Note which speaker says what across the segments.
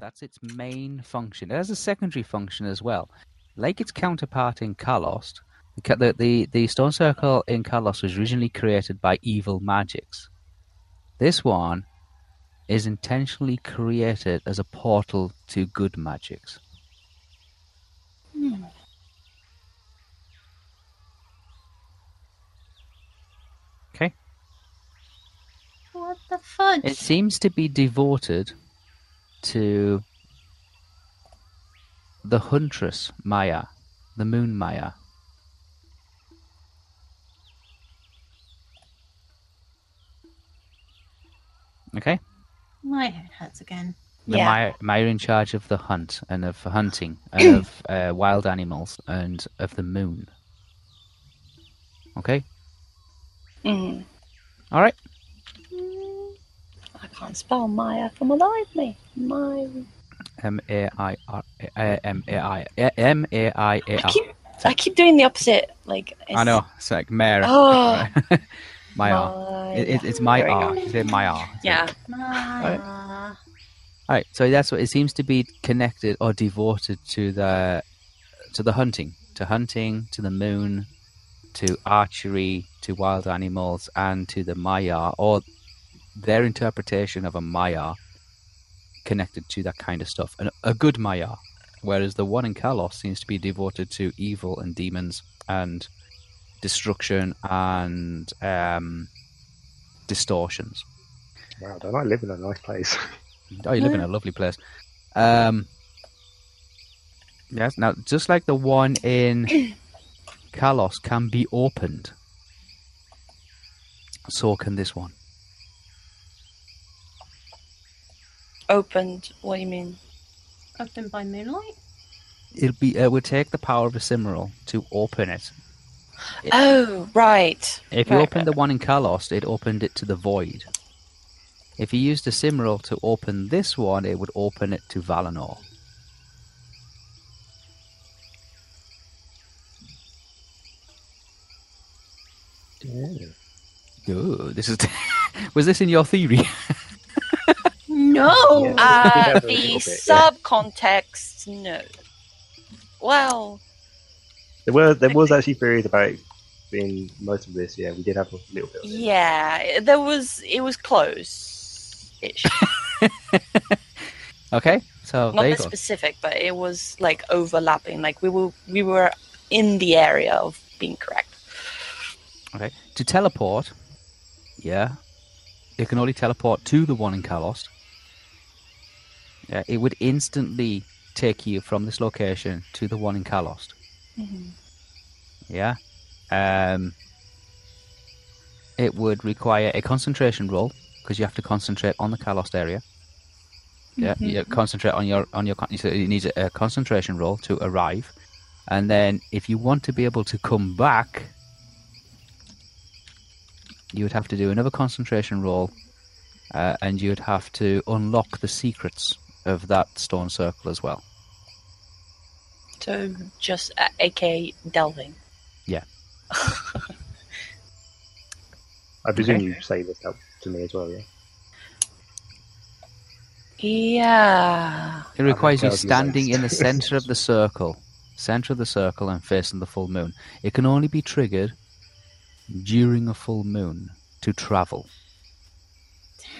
Speaker 1: That's its main function. It has a secondary function as well. Like its counterpart in Kalos, the ca- the, the, the stone circle in Kalos was originally created by evil magics. This one is intentionally created as a portal to good magics. Okay.
Speaker 2: What the fudge?
Speaker 1: It seems to be devoted to the Huntress Maya, the Moon Maya. Okay?
Speaker 2: My head hurts again.
Speaker 1: The
Speaker 3: Yeah.
Speaker 1: Maya, Maya in charge of the hunt and of hunting and of uh, wild animals and of the moon. Okay?
Speaker 3: Mm.
Speaker 1: All right.
Speaker 3: I can't spell Maya from alive me. My
Speaker 1: M A I R uh, M A I M A I A
Speaker 3: I
Speaker 1: R.
Speaker 3: keep I keep doing the opposite. Like
Speaker 1: I know. It's like Mare.
Speaker 3: Oh.
Speaker 1: my R. It, it, it's my
Speaker 3: There we
Speaker 1: R.
Speaker 3: go.
Speaker 1: You say my R.
Speaker 3: Yeah.
Speaker 2: My...
Speaker 1: All right. So that's what it seems to be connected or devoted to the to the hunting, to hunting, to the moon, to archery, to wild animals, and to the Maya or their interpretation of a Maya connected to that kind of stuff. And a good Maya, whereas the one in Kalos seems to be devoted to evil and demons and destruction and um, distortions.
Speaker 4: Wow, don't I live in a nice place?
Speaker 1: Oh, you live in a lovely place. Um, yes. Now, just like the one in Kalos can be opened, so can this one.
Speaker 3: Opened. What do you mean?
Speaker 2: Open by moonlight?
Speaker 1: It'll be. uh, It would take the power of a Cimmeral to open it.
Speaker 3: Oh, right.
Speaker 1: If you
Speaker 3: Right,
Speaker 1: opened the one in Kalos, it opened it to the void. If you used a Cimmeral to open this one, it would open it to Valinor. Ooh, this is. was this in your theory?
Speaker 2: No!
Speaker 4: Yeah.
Speaker 3: Uh,
Speaker 4: Have a
Speaker 3: the
Speaker 4: little bit, yeah.
Speaker 3: subcontext, no. Well,
Speaker 4: There were there was actually theories about being most of this. Yeah, we did have a little bit. Of it.
Speaker 3: yeah, it- there was. It was close. Ish.
Speaker 1: Okay, so
Speaker 3: Not
Speaker 1: there you
Speaker 3: that
Speaker 1: go.
Speaker 3: specific, but it was like overlapping. Like we were, we were in the area of being correct.
Speaker 1: Okay, to teleport, yeah, it can only teleport to the one in Kalos. Yeah, it would instantly take you from this location to the one in Kalos. Yeah. Um, it would require a concentration roll because you have to concentrate on the Kalos area. Yeah, you concentrate on your on your. con- So you need a concentration roll to arrive, and then if you want to be able to come back, you would have to do another concentration roll, uh, and you would have to unlock the secrets of that stone circle as well.
Speaker 3: So just uh, AK delving.
Speaker 4: I presume
Speaker 1: Okay.
Speaker 4: you say this out to me as well, yeah?
Speaker 3: Yeah.
Speaker 1: It requires you
Speaker 4: tells you
Speaker 1: standing in the
Speaker 4: that.
Speaker 1: center of the circle, center of the circle, and facing the full moon. It can only be triggered during a full moon to travel.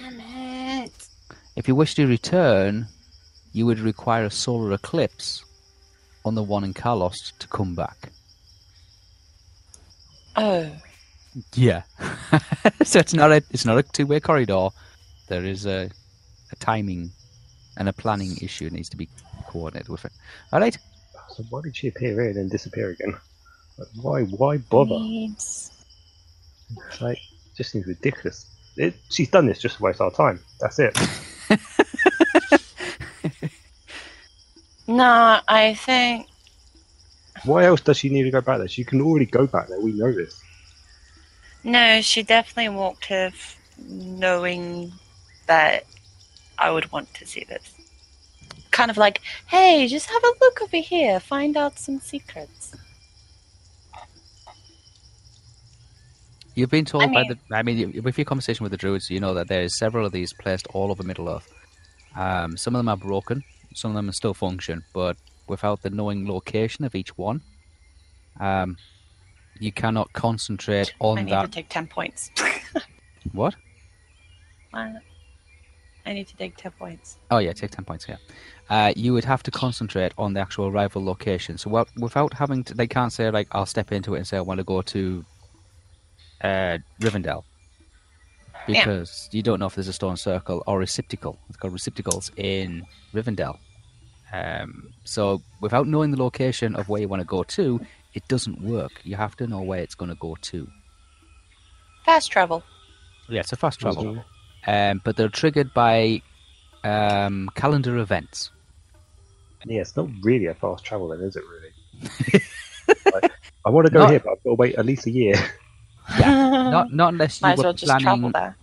Speaker 2: Damn it.
Speaker 1: If you wish to return, you would require a solar eclipse on the one in Kalos to come back.
Speaker 3: Oh.
Speaker 1: Yeah. so it's not a it's not a two way corridor. There is a a timing and a planning issue needs to be coordinated with it. All right.
Speaker 4: So why did she appear here and then disappear again? Like, why? Why
Speaker 3: Mm.
Speaker 4: bother?
Speaker 3: Needs-
Speaker 4: It's like just seems ridiculous. It, she's done this just to waste our time. That's it.
Speaker 3: No, I think
Speaker 4: Why else does she need to go back there? She can already go back there. We know this.
Speaker 3: no. She definitely walked here, f- knowing that I would want to see this. Kind of like, hey, just have a look over here, find out some secrets.
Speaker 1: You've been told
Speaker 3: I
Speaker 1: by the. I mean, you- with your conversation with the druids, you know that there is several of these placed all over Middle Earth. Um, some of them are broken, some of them still function, but without the knowing location of each one, um, you cannot concentrate
Speaker 3: I
Speaker 1: on
Speaker 3: need
Speaker 1: that.
Speaker 3: to take ten points.
Speaker 1: What?
Speaker 3: I need to take ten points.
Speaker 1: Oh yeah, take ten points. Yeah, uh, you would have to concentrate on the actual rival location. So what, without having, to, they can't say like, "I'll step into it and say I want to go to uh, Rivendell," because you don't know if there's a stone circle or receptacle. It's called receptacles in Rivendell. Um, so without knowing the location of where you want to go to, it doesn't work. You have to know where it's going to go to.
Speaker 3: Fast travel.
Speaker 1: Yeah, it's a fast travel um, but they're triggered by um, calendar events.
Speaker 4: Yeah, it's not really a fast travel then, is it? Really? Like, I want to go
Speaker 1: Not-
Speaker 4: here, but I've got to wait at least a year.
Speaker 1: Not not unless you
Speaker 3: Might as
Speaker 1: were
Speaker 3: well just
Speaker 1: planning
Speaker 3: travel there.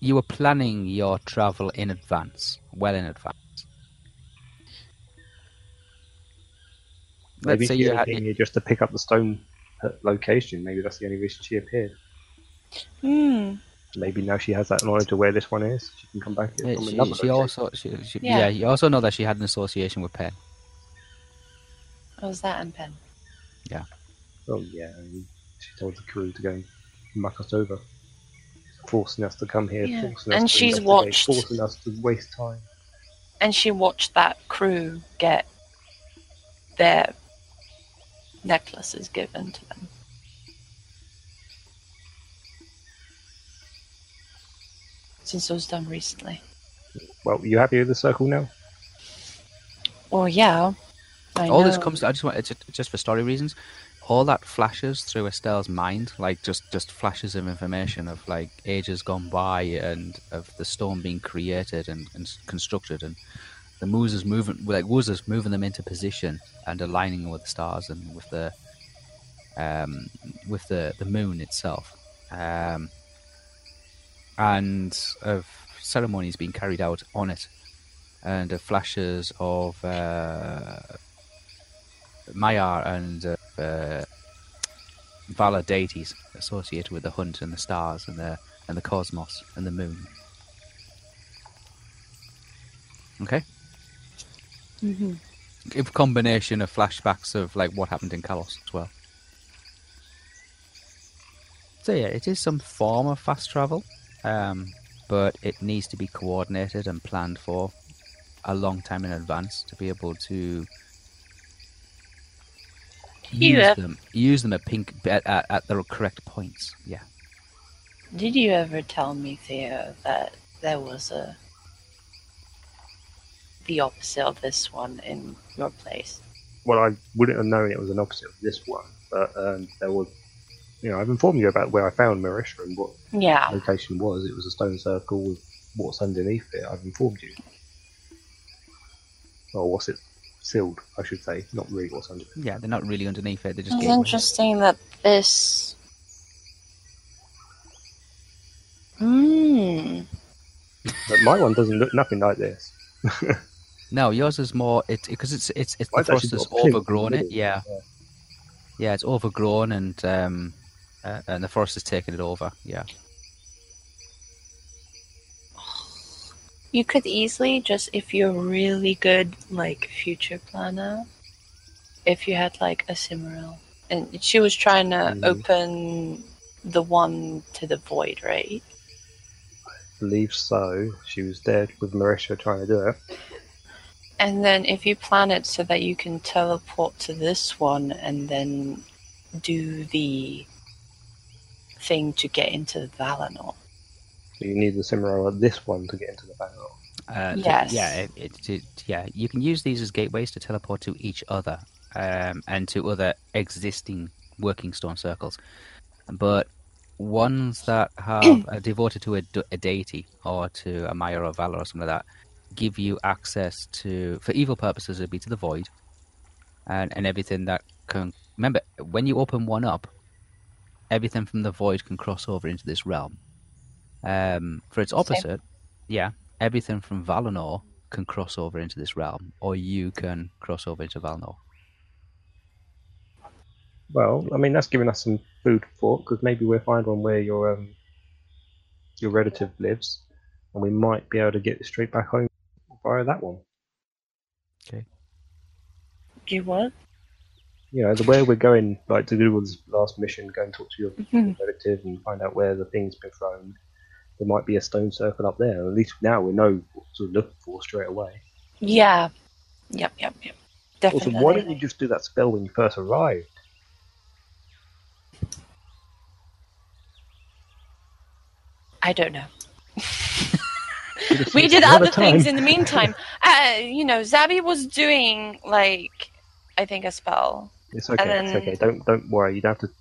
Speaker 1: you were planning your travel in advance, well in advance. Let's
Speaker 4: Maybe
Speaker 1: say
Speaker 4: she
Speaker 1: you
Speaker 4: only
Speaker 1: had-
Speaker 4: came here just to pick up the stone uh, location. Maybe that's the only reason she appeared.
Speaker 3: Hmm.
Speaker 4: Maybe now she has that knowledge of where this one is. She can come back here
Speaker 1: Yeah,
Speaker 4: from
Speaker 1: she,
Speaker 4: another
Speaker 1: she
Speaker 4: location.
Speaker 1: also she, she, yeah.
Speaker 3: Yeah.
Speaker 1: you also know that she had an association with Penn.
Speaker 3: What was that, M Pen?
Speaker 4: Oh yeah, I mean, she told the crew to go and muck us over, forcing us to come here,
Speaker 3: Yeah,
Speaker 4: forcing us
Speaker 3: and
Speaker 4: to
Speaker 3: she's
Speaker 4: investigate,
Speaker 3: watched.
Speaker 4: forcing us to waste time.
Speaker 3: And she watched that crew get their necklaces given to them. Since it was done recently.
Speaker 4: Well, you happy with the circle now?
Speaker 3: Well, yeah. I
Speaker 1: All this
Speaker 3: know.
Speaker 1: comes. I just want it's just for story reasons. All that flashes through Estelle's mind, like just just flashes of information of like ages gone by and of the storm being created and, and constructed and the Mooses moving like Woozers moving them into position and aligning with the stars and with the um, with the the moon itself, um, and of ceremonies being carried out on it, and of flashes of. Uh, Maiar and uh, uh, Vala deities associated with the hunt and the stars and the and the cosmos and the moon. Okay,
Speaker 3: Mhm.
Speaker 1: a combination of flashbacks of like what happened in Kalos as well. So yeah, it is some form of fast travel, um, but it needs to be coordinated and planned for a long time in advance to be able to use
Speaker 3: Yeah.
Speaker 1: them. Use them at pink at, at, at the correct points. Yeah.
Speaker 3: Did you ever tell me, Theo, that there was a. the opposite of this one in your place?
Speaker 4: Well, I wouldn't have known it was an opposite of this one, but um, there was. You know, I've informed you about where I found Marishra and what
Speaker 3: Yeah.
Speaker 4: location was. It was a stone circle with what's underneath it. I've informed you. Or what's it sealed? I should say, not really what's under it.
Speaker 1: Yeah, they're not really underneath it. They're just
Speaker 3: It's
Speaker 1: gateways.
Speaker 3: interesting that this. Hmm. Hmm.
Speaker 4: But my one doesn't look nothing like this.
Speaker 1: No, yours is more it because it's it's it's the
Speaker 4: Mine's actually
Speaker 1: thrust is
Speaker 4: got a pin in the
Speaker 1: overgrown. It
Speaker 4: middle,
Speaker 1: yeah, yeah, it's overgrown and um uh, and the forest is taking it over. Yeah,
Speaker 3: You could easily just, if you're really good, like future planner, if you had like a Cimmeril, and she was trying to
Speaker 4: Mhm.
Speaker 3: open the one to the void, right?
Speaker 4: believe so. She was there with Marisha trying to do it.
Speaker 3: And then if you plan it so that you can teleport to this one and then do the thing to get into the Valinor.
Speaker 4: So you need the Cimmerillo at this one to get into the battle.
Speaker 1: uh, th-
Speaker 3: Yes.
Speaker 1: yeah, it, it, it- yeah. You can use these as gateways to teleport to each other um and to other existing working stone circles, but ones that have are devoted to a, d- a deity or to a Maya or Valor or something like that give you access to for evil purposes it'd be to the void and, and everything that can remember when you open one up everything from the void can cross over into this realm um, for its opposite yeah everything from valinor can cross over into this realm or you can cross over into valinor
Speaker 4: Well, I mean that's giving us some food for thought because maybe we'll find one where your um, your relative lives, and we might be able to get straight back home via that one.
Speaker 3: You what?
Speaker 4: You know, the way we're going, like to do with this last mission, go and talk to your
Speaker 3: Mhm.
Speaker 4: relative and find out where the thing's been thrown. There might be a stone circle up there. At least now we know what to look for straight away.
Speaker 3: Yeah. Yep, yep, yep.
Speaker 4: Also,
Speaker 3: Definitely.
Speaker 4: why didn't you just do that spell when you first arrived?
Speaker 3: I don't know.
Speaker 4: You'd have
Speaker 3: we
Speaker 4: saved
Speaker 3: did
Speaker 4: a lot
Speaker 3: other
Speaker 4: of time.
Speaker 3: things in the meantime. uh, you know, Zabi was doing like I think a spell.
Speaker 4: It's okay. It's
Speaker 3: then-
Speaker 4: okay. Don't don't worry. You don't have to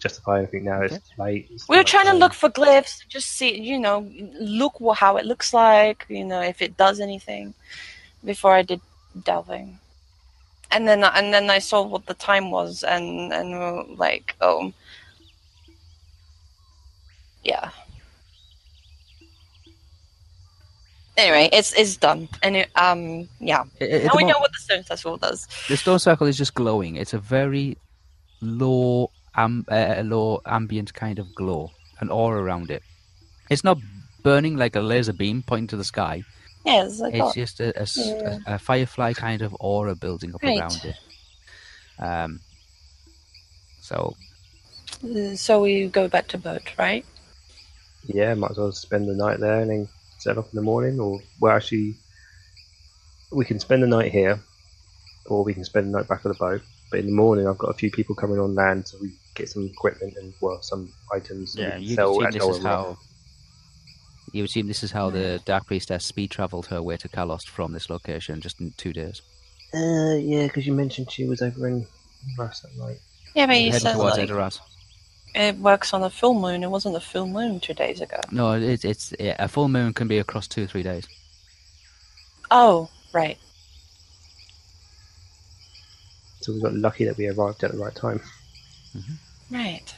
Speaker 4: justify anything now. It's late. it's
Speaker 3: We were
Speaker 4: not
Speaker 3: trying to
Speaker 4: time.
Speaker 3: look for glyphs, just see, you know, look wha- how it looks like, you know, if it does anything. Before I did delving, and then and then I saw what the time was, and and we were like, oh, yeah. Anyway, it's it's done, and it, um, yeah.
Speaker 1: I- I- at
Speaker 3: Now
Speaker 1: the
Speaker 3: we
Speaker 1: mo-
Speaker 3: know what the stone festival does.
Speaker 1: the stone circle is just glowing it's a very low um, uh, low ambient kind of glow an aura around it it's not burning like a laser beam pointing to the sky
Speaker 3: Yes, I
Speaker 1: It's
Speaker 3: got.
Speaker 1: just a, a s- a-
Speaker 3: Yeah.
Speaker 1: a firefly kind of aura building up
Speaker 3: Right.
Speaker 1: around it. Um, so
Speaker 3: So we go back to boat, right?
Speaker 4: yeah, might as well spend the night there and then set off in the morning. Or well, actually, we can spend the night here, or we can spend the night back on the boat. But in the morning, I've got a few people coming on land, so we get some equipment and well, some items. that we
Speaker 1: yeah,
Speaker 4: can
Speaker 1: you
Speaker 4: sell
Speaker 1: assume
Speaker 4: at
Speaker 1: this
Speaker 4: Noel
Speaker 1: is
Speaker 4: Rock.
Speaker 1: how you assume this is how the dark priestess speed travelled her way to Kalos from this location just in two days.
Speaker 4: Uh, yeah, because you mentioned she was over in Russ that night.
Speaker 3: Yeah, but
Speaker 4: We're
Speaker 3: you
Speaker 4: heading
Speaker 1: Heading
Speaker 3: said
Speaker 1: towards
Speaker 3: like,
Speaker 1: Edoras.
Speaker 3: it works on a full moon. It wasn't a full moon two days ago.
Speaker 1: No, it's it's yeah, a full moon can be across two or three days.
Speaker 3: Oh, right.
Speaker 4: So we got lucky that we arrived at the right time.
Speaker 3: Right.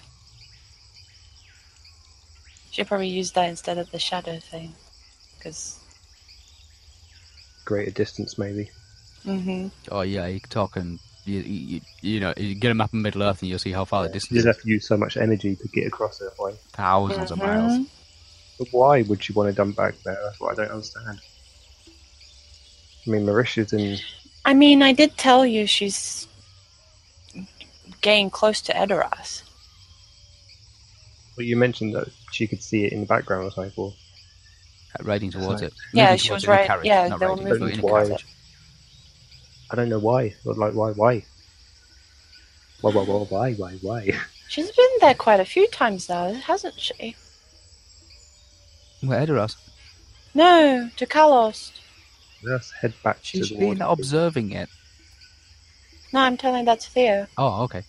Speaker 3: Should probably use that instead of the shadow thing. Because.
Speaker 4: Greater distance, maybe.
Speaker 3: Mm-hmm.
Speaker 1: Oh yeah, you talk and you, you you know you get a map of Middle Earth and you'll see how far the
Speaker 4: You
Speaker 1: distance
Speaker 4: just
Speaker 1: is.
Speaker 4: have to use so much energy to get across that way.
Speaker 1: 1000s of miles.
Speaker 3: Mm-hmm.
Speaker 4: But why would you want to dump back there? That's what I don't understand. I mean, Marisha's in.
Speaker 3: I mean, I did tell you she's getting close to Edoras.
Speaker 4: Well, you mentioned that she could see it in the background or something. Or
Speaker 1: Uh, Riding towards
Speaker 4: That's
Speaker 1: it.
Speaker 3: Yeah,
Speaker 1: Moving
Speaker 3: she
Speaker 1: towards it
Speaker 3: was
Speaker 1: in a
Speaker 3: right-
Speaker 1: carriage,
Speaker 3: yeah,
Speaker 1: not
Speaker 3: they were
Speaker 1: riding,
Speaker 3: moving
Speaker 1: but in a
Speaker 4: towards
Speaker 1: carriage.
Speaker 4: I don't know why. Or Like, why, why? Why, why, why, why, why, why?
Speaker 3: She's been there quite a few times now, hasn't she?
Speaker 1: Where Edoras?
Speaker 3: No, to Kalos.
Speaker 4: Let's head back to
Speaker 1: She's
Speaker 4: the
Speaker 1: been
Speaker 4: water.
Speaker 1: observing it.
Speaker 3: No, I'm telling that to Theo.
Speaker 1: Oh, okay.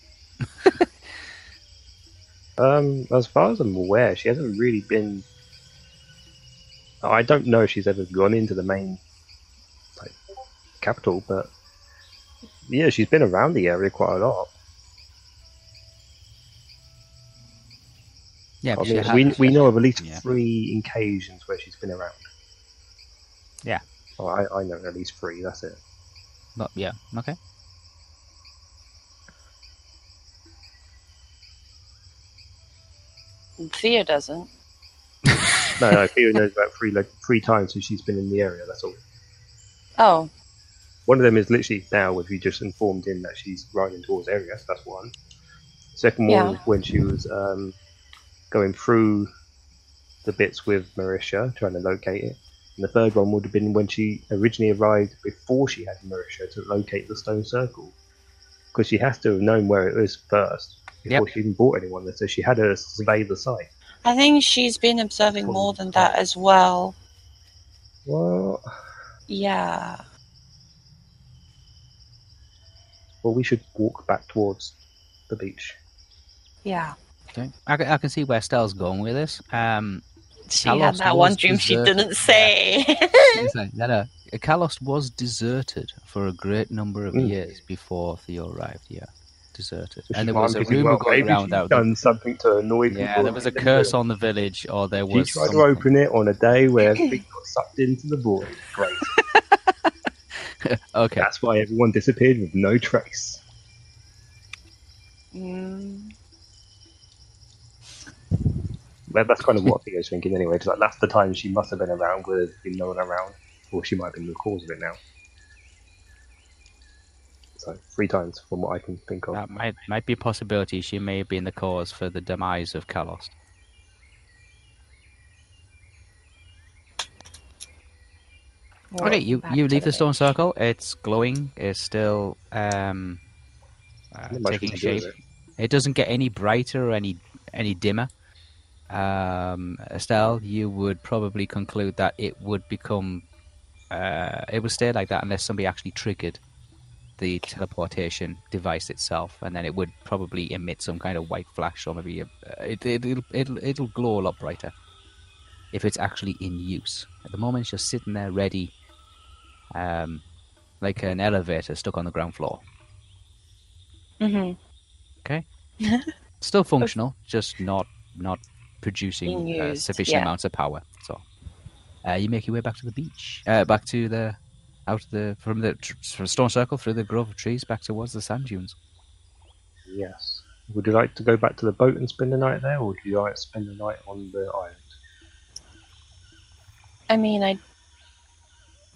Speaker 4: Um, as far as I'm aware, she hasn't really been. I don't know if she's ever gone into the main like, capital, but yeah, she's been around the area quite a lot.
Speaker 1: Yeah,
Speaker 4: I
Speaker 1: but she
Speaker 4: mean,
Speaker 1: ha-
Speaker 4: we, we know of at least
Speaker 1: Yeah.
Speaker 4: three occasions where she's been around. Oh, I, I know at least three. That's it.
Speaker 1: Not yeah. Okay.
Speaker 3: Theo doesn't.
Speaker 4: No, no. Theo knows about three like three times since she's been in the area. That's all.
Speaker 3: Oh,
Speaker 4: One of them is literally now, if you just informed him that she's riding towards Arias, that's one. Second one
Speaker 3: Yeah.
Speaker 4: was when she was um, going through the bits with Marisha, trying to locate it. And the third one would have been when she originally arrived before she had Marisha to locate the stone circle. Because she has to have known where it was first before she even bought anyone there, so she had to survey the site.
Speaker 3: I think she's been observing more than that as well.
Speaker 4: Well,
Speaker 3: Yeah.
Speaker 4: well, we should walk back towards the beach.
Speaker 3: Yeah.
Speaker 1: Okay. I, ca- I can see where Stell's going with this. Um,
Speaker 3: She
Speaker 1: Kalos
Speaker 3: had that
Speaker 1: was
Speaker 3: one dream she
Speaker 1: deserted.
Speaker 3: didn't say.
Speaker 1: it's like, no, no. uh, Kalos was deserted for a great number of
Speaker 4: Mm.
Speaker 1: years before Theo arrived. Yeah, deserted.
Speaker 4: Which
Speaker 1: and
Speaker 4: is
Speaker 1: there
Speaker 4: why
Speaker 1: was
Speaker 4: I'm
Speaker 1: a
Speaker 4: thinking,
Speaker 1: rumor
Speaker 4: well,
Speaker 1: going
Speaker 4: maybe
Speaker 1: around
Speaker 4: she's
Speaker 1: that
Speaker 4: done something to annoy people.
Speaker 1: yeah, there was a curse on the village, or there
Speaker 4: She
Speaker 1: was.
Speaker 4: tried to
Speaker 1: something.
Speaker 4: open it on a day where everything got sucked into the void. Great.
Speaker 1: Okay.
Speaker 4: That's why everyone disappeared with no trace.
Speaker 3: Mm,
Speaker 4: That, that's kind of what Theo's thinking anyway. It's like that's the time she must have been around where there's been no one around, or she might have been the cause of it now. So three times from what I can think of.
Speaker 1: That might might be a possibility. She may have been the cause for the demise of Kalos.
Speaker 3: we'll
Speaker 1: Okay, you,
Speaker 3: Oh, back
Speaker 1: you
Speaker 3: to
Speaker 1: leave the
Speaker 3: the
Speaker 1: stone circle. It's glowing. It's still um, uh,
Speaker 4: Not much we
Speaker 1: taking
Speaker 4: can do
Speaker 1: shape.
Speaker 4: with it.
Speaker 1: It doesn't get any brighter or any any dimmer. Um, Estelle, you would probably conclude that it would become uh, it would stay like that unless somebody actually triggered the teleportation device itself, and then it would probably emit some kind of white flash or maybe a, it, it, it'll, it'll it'll glow a lot brighter if it's actually in use. At the moment, it's just sitting there ready, um, like an elevator stuck on the ground floor.
Speaker 3: Mhm.
Speaker 1: still functional, just not not producing
Speaker 3: Being
Speaker 1: uh,
Speaker 3: used,
Speaker 1: sufficient
Speaker 3: yeah.
Speaker 1: amounts of power. So uh, you make your way back to the beach, uh, back to the out of the from the tr- from storm circle through the grove of trees back towards the sand dunes.
Speaker 4: Yes. Would you like to go back to the boat and spend the night there, or do you like to spend the night on the island?
Speaker 3: I mean, I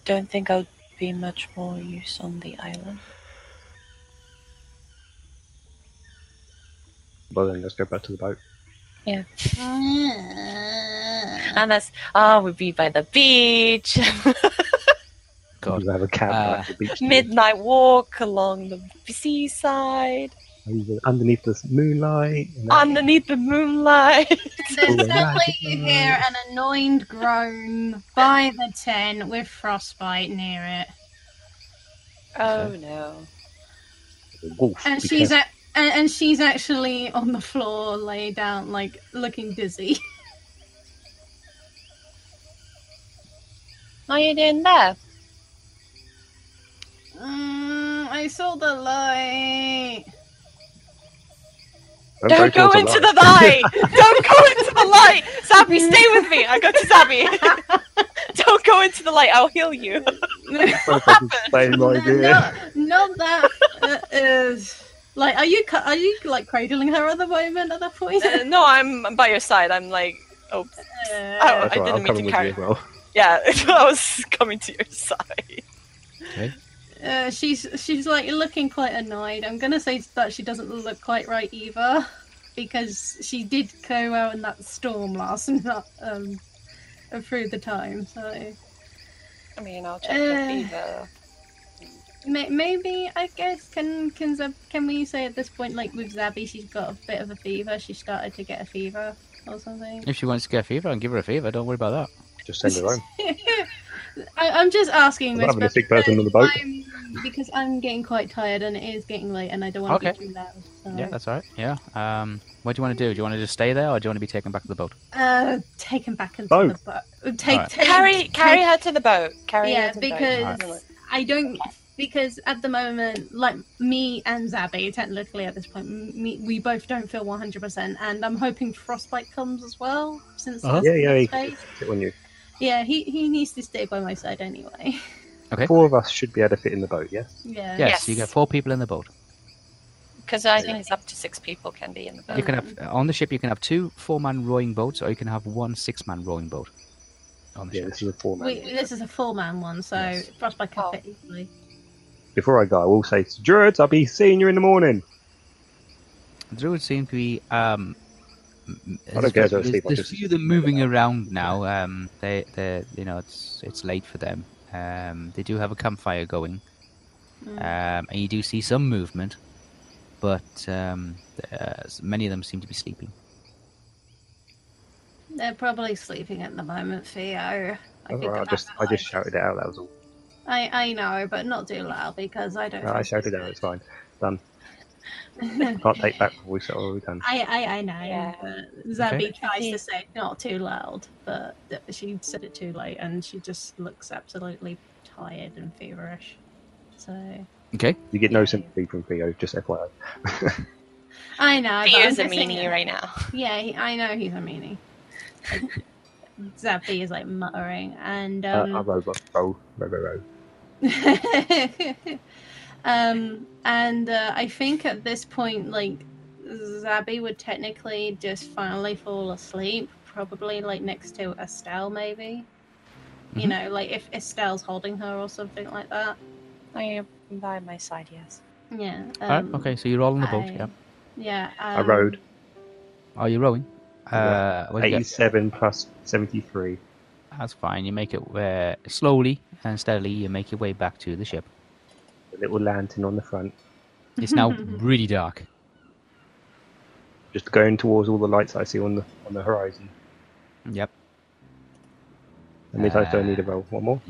Speaker 3: don't think I'll be much more use on the island.
Speaker 4: Well, then let's go back to the boat.
Speaker 2: Ah.
Speaker 3: And that's, oh, we'd be by the beach,
Speaker 1: God.
Speaker 4: You have a cab
Speaker 1: Uh,
Speaker 4: at the beach.
Speaker 3: midnight walk along the seaside,
Speaker 4: Over- underneath the moonlight. and that-
Speaker 3: underneath the moonlight.
Speaker 2: And then
Speaker 4: Oh, the
Speaker 2: suddenly
Speaker 4: magic
Speaker 2: you
Speaker 4: moon.
Speaker 2: hear an annoyed groan by the tent with frostbite near it.
Speaker 3: Oh, no.
Speaker 4: the wolf,
Speaker 2: And
Speaker 4: be
Speaker 2: she's at and, and she's actually on the floor, lay down, like looking dizzy.
Speaker 3: What are you doing there?
Speaker 2: Mm, I saw the light.
Speaker 3: Don't go
Speaker 4: towards
Speaker 3: into
Speaker 4: light.
Speaker 3: the light! Don't go into the light! Zabby, stay with me! I go to Zabby! Don't go into the light, I'll heal you.
Speaker 4: Same idea.
Speaker 2: Not, not that uh, is like. Are you cu- are you like cradling her at the moment? At that point,
Speaker 3: Uh, no, I'm by your side. I'm like,
Speaker 2: Uh,
Speaker 4: That's
Speaker 3: I
Speaker 4: all right,
Speaker 3: didn't
Speaker 4: I'm
Speaker 3: mean
Speaker 4: coming
Speaker 3: to
Speaker 4: with you
Speaker 3: carry-
Speaker 4: as well.
Speaker 3: yeah, I was coming to your side.
Speaker 2: uh, she's she's like looking quite annoyed. I'm gonna say that she doesn't look quite right either, because she did go out in that storm last and that um through the time. So
Speaker 3: I mean, I'll
Speaker 2: check your Uh. May- Maybe I guess can can Zab- can we say at this point like with Zabby she's got a bit of a fever. She started to get a fever or something.
Speaker 1: If she wants to get a fever, I can give her a fever. Don't worry about that.
Speaker 4: Just send her home.
Speaker 2: I, I'm just asking
Speaker 4: I'm
Speaker 2: this
Speaker 4: having a
Speaker 2: but
Speaker 4: sick person on the boat.
Speaker 2: I'm, because I'm getting quite tired and it is getting late and I don't want to
Speaker 1: Okay.
Speaker 2: be too loud. So.
Speaker 1: Yeah, that's all right. Yeah. Um, what do you want to do? Do you want to just stay there, or do you want to be taken back to the boat?
Speaker 2: Uh, take him back into
Speaker 4: Boat.
Speaker 2: the boat. Take,
Speaker 1: Alright.
Speaker 2: take
Speaker 3: Carry, carry her to the boat. Carry
Speaker 2: Yeah,
Speaker 3: her to
Speaker 2: because
Speaker 3: the boat.
Speaker 2: I don't because at the moment, like me and Zabby, technically at this point, m- me, we both don't feel one hundred percent, and I'm hoping frostbite comes as well since
Speaker 1: Uh-huh.
Speaker 2: that's
Speaker 4: Yeah, yeah,
Speaker 2: in
Speaker 4: you
Speaker 2: space.
Speaker 4: can sit on you.
Speaker 2: Yeah, he, he needs to stay by my side anyway.
Speaker 1: Okay.
Speaker 4: Four of us should be able to fit in the boat, yes?
Speaker 2: Yeah.
Speaker 1: Yes, you
Speaker 3: Yes.
Speaker 1: get four people in the boat.
Speaker 3: Because I think it's up to six people can be in the boat.
Speaker 1: You can have on the ship. You can have two four-man rowing boats, or you can have one six-man rowing boat. On the
Speaker 4: Yeah,
Speaker 1: ship.
Speaker 4: this is a four man.
Speaker 2: We, this is a full man one, so
Speaker 1: Yes.
Speaker 2: Frostbite can
Speaker 3: Oh.
Speaker 2: fit easily.
Speaker 4: Before I go, I will say, Druids, I'll be seeing you in the morning.
Speaker 1: Druid seem to be. Um, m-
Speaker 4: I don't care if they're
Speaker 1: there's-
Speaker 4: asleep, I
Speaker 1: There's
Speaker 4: just-
Speaker 1: few that are moving around now. Um, they they you know it's it's late for them. Um, they do have a campfire going,
Speaker 2: Mm.
Speaker 1: um, and you do see some movement, but um, uh, s- many of them seem to be sleeping.
Speaker 2: They're probably sleeping at the moment, Theo. I,
Speaker 4: I,
Speaker 2: think
Speaker 4: Oh, I
Speaker 2: about
Speaker 4: just
Speaker 2: that
Speaker 4: I just
Speaker 2: like-
Speaker 4: shouted it out, that was all.
Speaker 2: I, I know, but not too loud because I don't.
Speaker 4: No, I
Speaker 2: trust
Speaker 4: shouted it
Speaker 2: you.
Speaker 4: out, it's fine. Done. Can't take back what we said, all we done.
Speaker 2: I, I, I know.
Speaker 3: Yeah.
Speaker 2: But Zabby
Speaker 1: Okay.
Speaker 2: tries to say not too loud, but th- she said it too late, and she just looks absolutely tired and feverish. So
Speaker 1: Okay.
Speaker 4: You get no
Speaker 2: Yeah.
Speaker 4: sympathy from Theo, just FYI.
Speaker 2: I know. but
Speaker 3: He
Speaker 2: I'm
Speaker 3: is a
Speaker 2: just saying-
Speaker 3: meanie right now.
Speaker 2: Yeah, he, I know he's a meanie. Zabby is like muttering, and um,
Speaker 4: uh, I robot. Row, row, row, row.
Speaker 2: um, and uh, I think at this point, like Zabby would technically just finally fall asleep, probably like next to Estelle, maybe. You
Speaker 1: Mhm.
Speaker 2: know, like if Estelle's holding her or something like that.
Speaker 3: I am by my side, yes.
Speaker 2: Yeah.
Speaker 1: All
Speaker 2: um,
Speaker 1: right. Uh, Okay. So you're all in the boat.
Speaker 2: I-
Speaker 1: Yeah.
Speaker 2: Yeah.
Speaker 4: I
Speaker 2: um,
Speaker 4: rowed
Speaker 1: Are you rowing? Uh, what do you get?
Speaker 4: 87 plus 73.
Speaker 1: That's fine. You make it uh, slowly and steadily. You make your way back to the ship.
Speaker 4: A little lantern on the front.
Speaker 1: It's now really dark.
Speaker 4: Just going towards all the lights I see on the on the horizon.
Speaker 1: Yep.
Speaker 4: And means I don't need a
Speaker 1: Uh,
Speaker 4: roll. One more.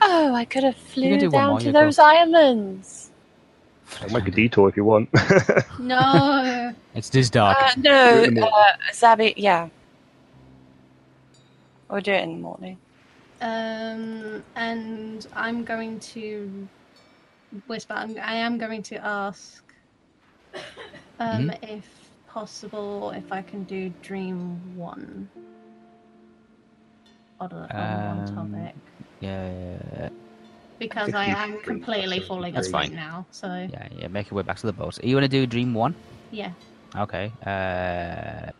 Speaker 3: Oh, I could have
Speaker 1: can
Speaker 3: flew
Speaker 1: do one
Speaker 3: down
Speaker 1: more,
Speaker 3: to
Speaker 1: you go.
Speaker 3: those islands.
Speaker 4: I'll make a detour if you want.
Speaker 2: um, No.
Speaker 1: It's this dark.
Speaker 3: Uh, no,
Speaker 4: Do it in the morning.
Speaker 3: uh, Zabi, yeah. We'll do it in the morning.
Speaker 2: Um, and I'm going to whisper. I'm, I am going to ask, um,
Speaker 1: Mm-hmm.
Speaker 2: if possible, if I can do dream one on, a, on one
Speaker 1: Um,
Speaker 2: topic
Speaker 1: yeah,
Speaker 2: because
Speaker 4: if
Speaker 2: I
Speaker 4: you
Speaker 2: am
Speaker 4: dream
Speaker 2: completely
Speaker 4: possible,
Speaker 2: falling
Speaker 4: that's
Speaker 2: asleep
Speaker 1: fine.
Speaker 2: now. So
Speaker 1: yeah, yeah. Make your way back to the boat. You want to do Dream One?
Speaker 2: yeah,
Speaker 1: Okay. Uh,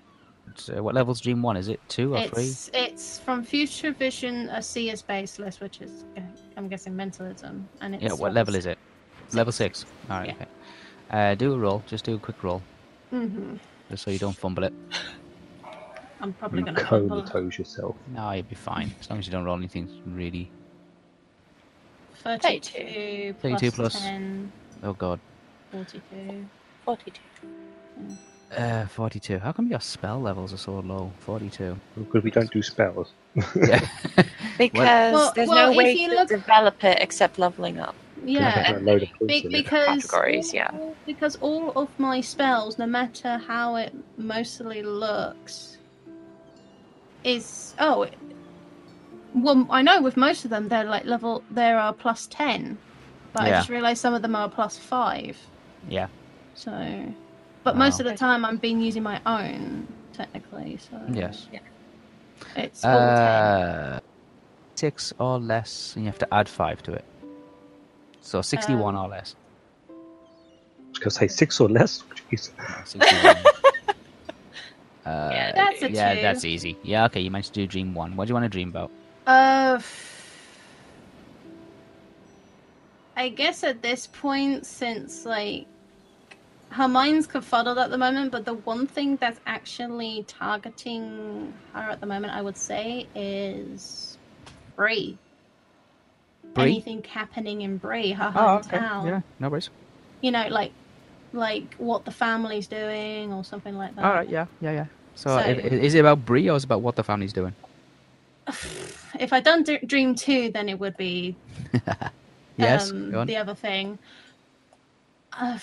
Speaker 1: so what level's Dream One? Is it two or three?
Speaker 2: it's it's from Future Vision, a C is baseless, which is uh, I'm guessing mentalism, and it's
Speaker 1: Yeah. What level is it? Level six. All right.
Speaker 2: Yeah.
Speaker 1: Okay. Uh, do a roll. Just do a quick roll,
Speaker 2: Mm-hmm.
Speaker 1: just so you don't fumble it.
Speaker 2: I'm probably
Speaker 4: you
Speaker 2: going to
Speaker 4: comatose yourself.
Speaker 1: No, you'll be fine as long as you don't roll anything really.
Speaker 2: 32
Speaker 1: 32
Speaker 2: plus
Speaker 1: plus-
Speaker 2: 10,
Speaker 1: Oh God.
Speaker 2: 42.
Speaker 3: 42.
Speaker 1: Uh, forty-two. How come your spell levels are so low? Forty-two.
Speaker 4: Because we don't do spells.
Speaker 3: Because
Speaker 2: Well-
Speaker 3: there's
Speaker 2: well,
Speaker 3: no
Speaker 2: if
Speaker 3: way
Speaker 2: you
Speaker 3: to
Speaker 2: look-
Speaker 3: develop it except leveling up.
Speaker 4: I've
Speaker 2: Yeah,
Speaker 4: got a load of points
Speaker 2: be-
Speaker 4: in it.
Speaker 2: because
Speaker 3: Categories, yeah.
Speaker 2: because all of my spells, no matter how it mostly looks, is oh, it- well, I know with most of them they're like level there are plus ten, but I
Speaker 1: Yeah.
Speaker 2: just realised some of them are plus five.
Speaker 1: Yeah.
Speaker 2: So, but most of
Speaker 1: Wow.
Speaker 2: the time I'm been using my own technically. So
Speaker 1: Yes.
Speaker 2: it's all ten.
Speaker 1: Uh, six or less, and you have to add five to it. So sixty-one
Speaker 2: Um,
Speaker 1: or less.
Speaker 4: Because say six or less. Jeez.
Speaker 1: Sixty-one. uh,
Speaker 3: Yeah,
Speaker 2: that's a
Speaker 1: yeah,
Speaker 2: two.
Speaker 1: that's easy. Yeah, okay, you managed to do dream one. What do you want to dream about?
Speaker 2: Uh, I guess at this point, since like her mind's confuddled at the moment, but the one thing that's actually targeting her at the moment, I would say, is Bree.
Speaker 1: Bree?
Speaker 2: Anything happening in Bree, her hometown.
Speaker 1: Oh, Yeah, no worries.
Speaker 2: You know, like like what the family's doing or something like that.
Speaker 1: All right, yeah, yeah, yeah. Um, So,
Speaker 2: So-
Speaker 1: if- is it about Brie or is it about what the family's doing?
Speaker 2: If I done d- Dream Two, then it would be
Speaker 1: Yes,
Speaker 2: um,
Speaker 1: go on.
Speaker 2: the other thing. Uh,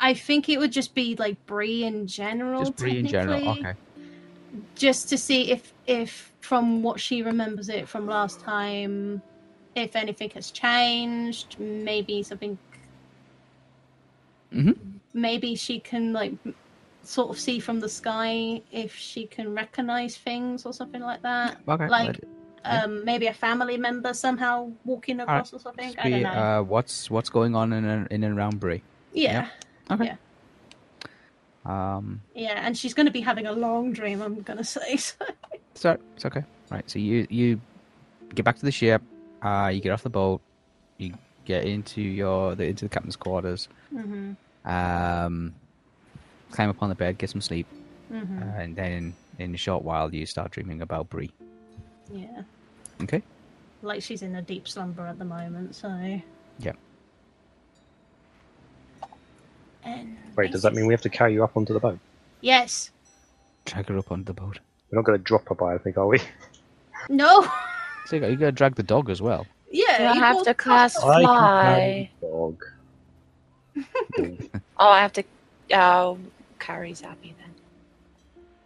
Speaker 2: I think it would just be like Bree in general.
Speaker 1: just Brie in general.
Speaker 2: technically,
Speaker 1: Okay.
Speaker 2: Just to see if, if from what she remembers it from last time, if anything has changed, maybe something.
Speaker 1: Mhm.
Speaker 2: Maybe she can like sort of see from the sky if she can recognize things or something like that.
Speaker 1: Okay.
Speaker 2: Like,
Speaker 1: Yeah.
Speaker 2: Um, maybe a family member somehow walking
Speaker 1: right.
Speaker 2: across or something.
Speaker 1: Just
Speaker 2: I don't
Speaker 1: be,
Speaker 2: know.
Speaker 1: uh, what's what's going on in and- in and around Brie?
Speaker 2: yeah,
Speaker 1: Um,
Speaker 2: yeah, and she's going to be having a long dream. I'm going to say. So.
Speaker 1: so it's okay. Right. So you you get back to the ship. Uh, you get off the boat. You get into your the, into the captain's quarters.
Speaker 3: Mm-hmm,
Speaker 2: hmm
Speaker 1: Um, climb up on the bed, get some sleep,
Speaker 2: hmm
Speaker 3: mm-hmm.
Speaker 1: uh, and then in a short while you start dreaming about Brie.
Speaker 2: Yeah,
Speaker 1: Okay.
Speaker 2: like she's in a deep slumber at the moment. So.
Speaker 1: Yeah.
Speaker 2: And
Speaker 4: Wait, does that mean we have to carry you up onto the boat?
Speaker 2: Yes.
Speaker 1: Drag her up onto the boat.
Speaker 4: We're not going to drop her by, I think, are we?
Speaker 2: No.
Speaker 1: So you got, you got to drag the dog as well.
Speaker 2: yeah.
Speaker 3: Do I
Speaker 2: you
Speaker 3: have
Speaker 2: bought
Speaker 3: to
Speaker 2: a
Speaker 3: cast
Speaker 2: castle.
Speaker 4: I can
Speaker 3: fly?
Speaker 4: carry the dog. I
Speaker 3: Oh, I have to. Oh, carry Zappy then.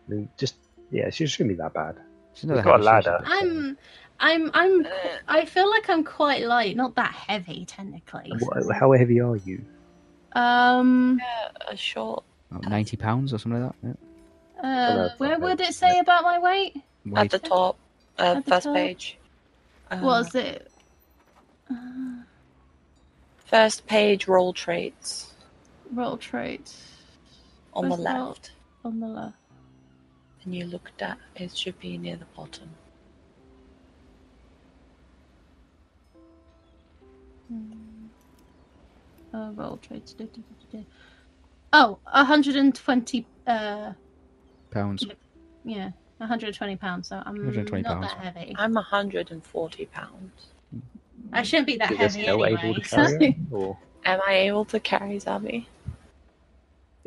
Speaker 4: mean, just yeah, she shouldn't be that bad.
Speaker 1: She's another
Speaker 4: We've got a
Speaker 1: habit, she
Speaker 4: ladder.
Speaker 1: should-
Speaker 2: I'm. I'm. I'm. qu-
Speaker 3: Uh.
Speaker 2: I feel like I'm quite light. Not that heavy, technically.
Speaker 4: What, how heavy are you?
Speaker 2: Um.
Speaker 3: Yeah, a short.
Speaker 1: about ninety pounds or something like that. Yeah.
Speaker 2: Uh,
Speaker 4: Oh, that's
Speaker 2: where
Speaker 4: not
Speaker 2: would
Speaker 4: bad.
Speaker 2: it say about my weight?
Speaker 1: Wait,
Speaker 3: at the top, uh,
Speaker 2: At the
Speaker 3: first
Speaker 2: top.
Speaker 3: page. Uh,
Speaker 2: Was it? Uh,
Speaker 3: first page roll traits
Speaker 2: roll traits
Speaker 3: on the
Speaker 2: Where's the roll?
Speaker 3: left,
Speaker 2: on the left.
Speaker 3: and you looked at it should be near the bottom.
Speaker 2: Hmm. Uh, roll traits. Du- du- du- du- du. Oh, 120. Uh,
Speaker 1: pounds.
Speaker 2: yeah, 120 pounds. So I'm
Speaker 1: 120
Speaker 2: not
Speaker 1: pounds.
Speaker 2: that heavy.
Speaker 3: I'm 140 pounds.
Speaker 2: I shouldn't be that
Speaker 4: Is there
Speaker 2: heavy
Speaker 4: still
Speaker 2: anyway.
Speaker 4: able to
Speaker 2: so-
Speaker 4: carry it? Or
Speaker 3: Am I able to carry Zabi?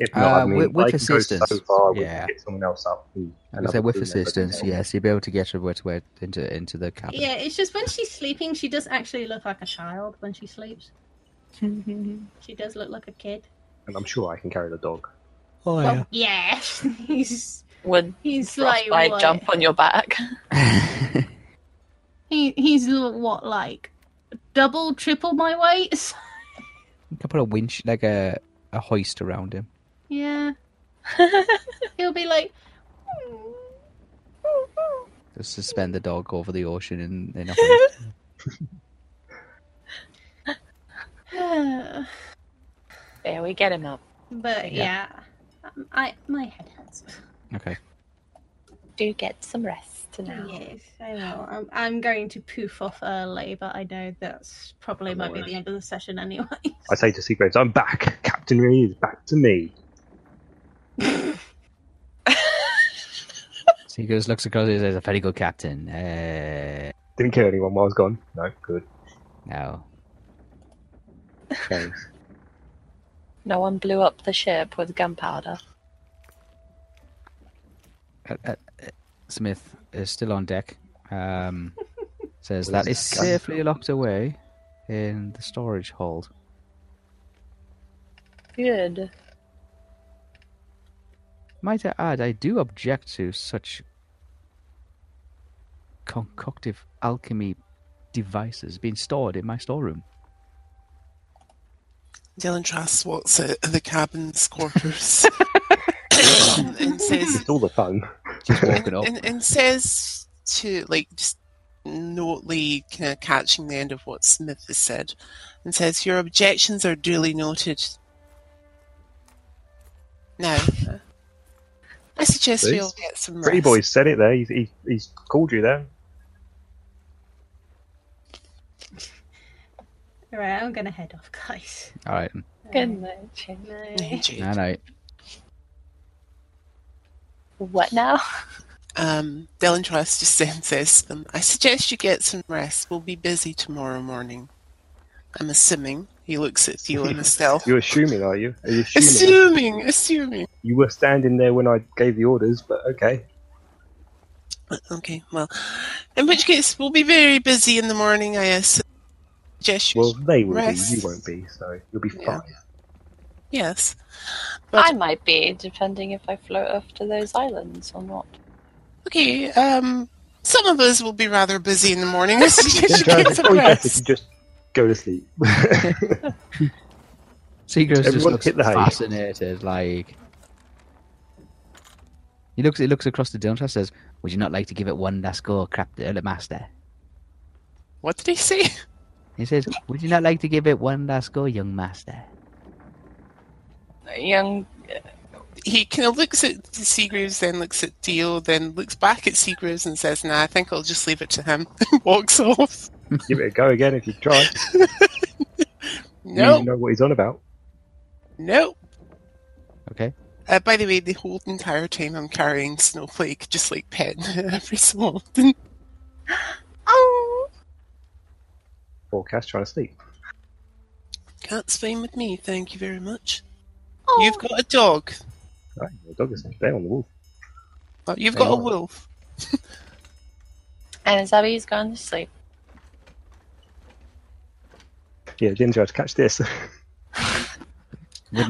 Speaker 4: if not,
Speaker 1: Uh,
Speaker 4: I mean,
Speaker 1: with- with
Speaker 4: I can go so
Speaker 1: assistance,
Speaker 4: far, we
Speaker 1: yeah.
Speaker 4: can get someone else up. and
Speaker 1: Like I
Speaker 4: another
Speaker 1: said, with
Speaker 4: crew member can
Speaker 1: assistance,
Speaker 4: help.
Speaker 1: yes, you'll be able to get her where, where into into the cabin.
Speaker 2: Yeah, it's just when she's sleeping, she does actually look like a child when she sleeps. She does look like a kid.
Speaker 4: And I'm sure I can carry the dog.
Speaker 1: Oh
Speaker 2: Well, yeah, he's
Speaker 3: Would
Speaker 2: he's like
Speaker 3: Frostbite
Speaker 2: what?
Speaker 3: jump on your back?
Speaker 1: yeah.
Speaker 2: He he's l- what like double, triple my weight.
Speaker 1: you can put a winch, like a a hoist around him.
Speaker 2: yeah, he'll be like, "Mm,
Speaker 1: Just suspend the dog over the ocean in, in a hoist.
Speaker 3: there, we get him up.
Speaker 2: but yeah. um, I my head hurts.
Speaker 1: okay.
Speaker 3: Do get some rest now.
Speaker 2: Yes, I will. I'm, I'm going to poof off early, but I know that's probably
Speaker 4: Don't
Speaker 2: might be
Speaker 4: worry.
Speaker 2: the end of the session anyway.
Speaker 4: I say to Seagraves, I'm back. Captain Reed is back to me.
Speaker 1: So he goes, looks across, he says, "A very good captain." Uh,
Speaker 4: Didn't kill anyone while I was gone. No, good.
Speaker 1: no,
Speaker 4: Thanks.
Speaker 3: No one blew up the ship with gunpowder.
Speaker 1: Uh, uh, uh, Smith is still on deck. Um, says that is
Speaker 4: Gun.
Speaker 1: safely locked away in the storage hold.
Speaker 3: Good.
Speaker 1: Might I add, I do object to such concoctive alchemy devices being stored in my storeroom.
Speaker 5: Dylan trusts what's at the cabin's quarters and says
Speaker 4: It's all the fun.
Speaker 1: Just walking up.
Speaker 5: and, and says to like just notely kind of catching the end of what Smith has said and says your objections are duly noted. Now, I suggest we all get some rest.
Speaker 4: Pretty boy said it there. He's, he, he's called you there.
Speaker 2: right, I'm gonna head off, guys.
Speaker 1: All right.
Speaker 3: Good night, Jane.
Speaker 2: No.
Speaker 1: All right.
Speaker 3: What now?
Speaker 5: Um, Dylan Truss just then says to them, um, I suggest you get some rest. We'll be busy tomorrow morning. I'm assuming. He looks at Theo and Estelle.
Speaker 4: You're assuming, are you? Are you assuming?
Speaker 5: assuming, assuming.
Speaker 4: You were standing there when I gave the orders, but okay.
Speaker 5: Okay, well, in which case, we'll be very busy in the morning, I ass- suggest you.
Speaker 4: Well, they will
Speaker 5: Rest.
Speaker 4: be. You won't be, so you'll be
Speaker 5: Yeah.
Speaker 4: fine.
Speaker 5: yes. But-
Speaker 3: I might be, depending if I float off to those islands or not.
Speaker 5: Okay, um, some of us will be rather busy in the morning. I suggest you
Speaker 4: It's probably
Speaker 5: get some
Speaker 4: best if you
Speaker 5: rest.
Speaker 4: just go to sleep.
Speaker 1: Seagrass just
Speaker 4: Everyone
Speaker 1: looks
Speaker 4: hit the hay.
Speaker 1: fascinated, like He looks. He looks across the Dylan and says, "Would you not like to give it one last go, crap, the master?"
Speaker 5: What did he say?
Speaker 1: He says, "Would you not like to give it one last go, young master?"
Speaker 3: Young.
Speaker 5: He kind of looks at Seagraves, then looks at Dio, then looks back at Seagraves and says, "Nah, I think I'll just leave it to him." Walks off.
Speaker 4: Give it a go again if you try.
Speaker 5: No,
Speaker 4: You know what he's on about.
Speaker 5: no.
Speaker 1: Okay.
Speaker 5: Uh, by the way, the whole entire time I'm carrying Snowflake, just like pet every so often.
Speaker 3: Oh.
Speaker 4: Poor cat's trying to sleep.
Speaker 5: Cat's fine with me, thank you very much.
Speaker 3: oh.
Speaker 5: You've got a dog.
Speaker 4: Right, the dog is there on the wolf.
Speaker 5: Oh, you've
Speaker 4: They
Speaker 5: got a
Speaker 4: are.
Speaker 5: wolf.
Speaker 3: And Zabby's gone to sleep.
Speaker 4: Yeah, didn't try to catch this.
Speaker 1: Would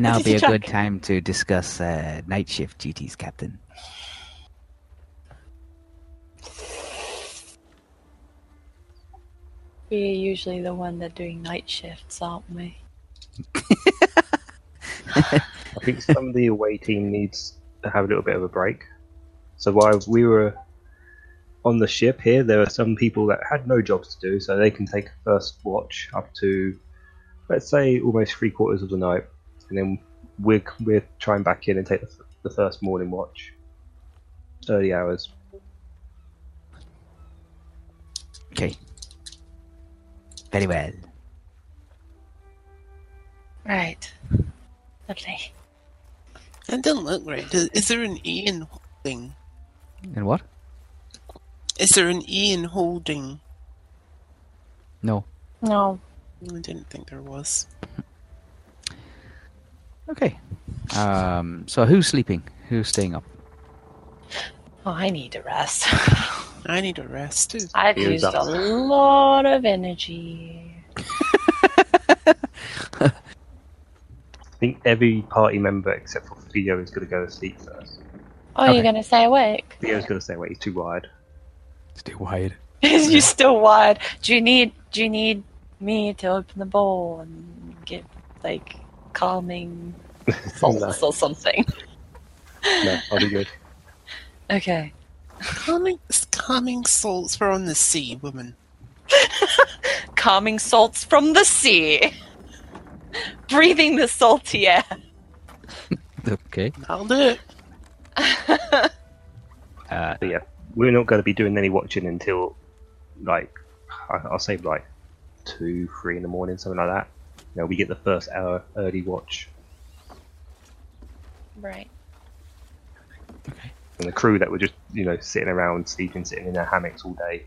Speaker 1: now
Speaker 3: Did
Speaker 1: be
Speaker 3: you
Speaker 1: a
Speaker 3: try-
Speaker 1: good time to discuss uh, night shift duties, Captain.
Speaker 3: We're usually the one that doing night shifts, aren't we?
Speaker 4: I think some of the away team needs to have a little bit of a break. So while we were on the ship here, there were some people that had no jobs to do, so they can take first watch up to, let's say, almost three quarters of the night, and then we're we're trying back in and take the, the first morning watch. Early hours.
Speaker 1: Okay. Very well.
Speaker 3: Right. Lovely.
Speaker 5: That doesn't look right. Is, is there an E in holding?
Speaker 1: And what?
Speaker 5: Is there an E in holding?
Speaker 1: No.
Speaker 3: No.
Speaker 5: I didn't think there was.
Speaker 1: Okay. Um. So who's sleeping? Who's staying up?
Speaker 3: Oh, I need a rest.
Speaker 5: I need a rest too.
Speaker 3: I've
Speaker 4: Here's
Speaker 3: used
Speaker 4: up.
Speaker 3: a lot of energy.
Speaker 4: I think every party member except for Theo is going to go to sleep first.
Speaker 3: Oh,
Speaker 1: Okay.
Speaker 3: you're gonna stay awake?
Speaker 4: Theo's going to say, "Wait, he's too wired."
Speaker 1: Stay wired.
Speaker 3: you still wired. Do you need? Do you need me to open the bowl and give like calming salts or something?
Speaker 4: No, I'll be good.
Speaker 3: Okay.
Speaker 5: Calming, calming salts were on the sea, woman.
Speaker 3: Calming salts from the sea. Breathing the salty air.
Speaker 1: Okay.
Speaker 5: I'll do it.
Speaker 1: Uh,
Speaker 4: But yeah, we're not going to be doing any watching until like I- I'll say like two, three in the morning, something like that. You know, we get the first hour early watch,
Speaker 3: Right.
Speaker 4: and the crew that were just you know sitting around sleeping, sitting in their hammocks all day.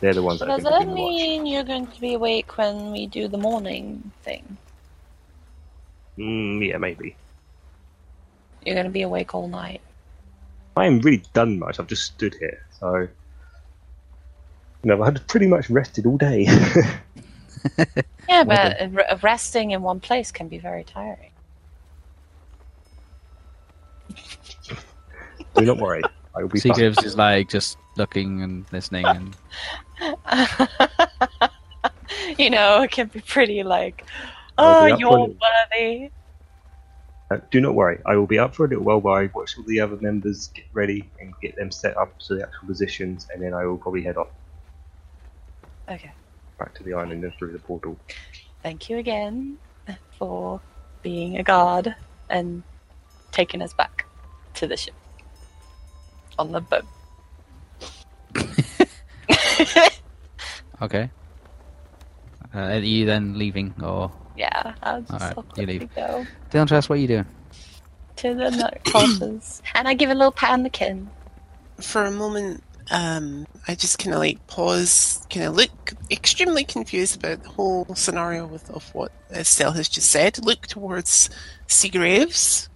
Speaker 4: They're the ones
Speaker 3: So
Speaker 4: that
Speaker 3: does
Speaker 4: are going to
Speaker 3: that
Speaker 4: be doing the watch.
Speaker 3: mean you're going to be awake when we do the morning thing?
Speaker 4: Mm, yeah, maybe.
Speaker 3: You're going to be awake all night.
Speaker 4: I haven't really done much. I've just stood here, so you know, I had pretty much rested all day.
Speaker 3: Yeah,
Speaker 1: Well
Speaker 3: but r- resting in one place can be very tiring.
Speaker 4: Do not worry, I will be fine.
Speaker 1: Seagraves is like just looking and listening and
Speaker 3: you know, it can be pretty like,
Speaker 4: I'll
Speaker 3: oh,
Speaker 4: be up
Speaker 3: you're
Speaker 4: when
Speaker 3: worthy.
Speaker 4: Uh, do not worry, I will be up for a little while while I watch all the other members get ready and get them set up to the actual positions, and then I will probably head off
Speaker 3: Okay.
Speaker 4: back to the island and through the portal.
Speaker 3: Thank you again for being a guard and taking us back to the ship on the boat.
Speaker 1: okay. Uh, are you then leaving or
Speaker 3: yeah, I'll just
Speaker 1: Alright,
Speaker 3: I'll
Speaker 1: you
Speaker 3: quickly
Speaker 1: leave.
Speaker 3: go
Speaker 1: Dylan Trust, what are you doing?
Speaker 3: to the night quarters. And I give a little pat on the kin.
Speaker 5: For a moment, um, I just kind of like pause, kind of look extremely confused about the whole scenario with of what Estelle has just said. Look towards Seagraves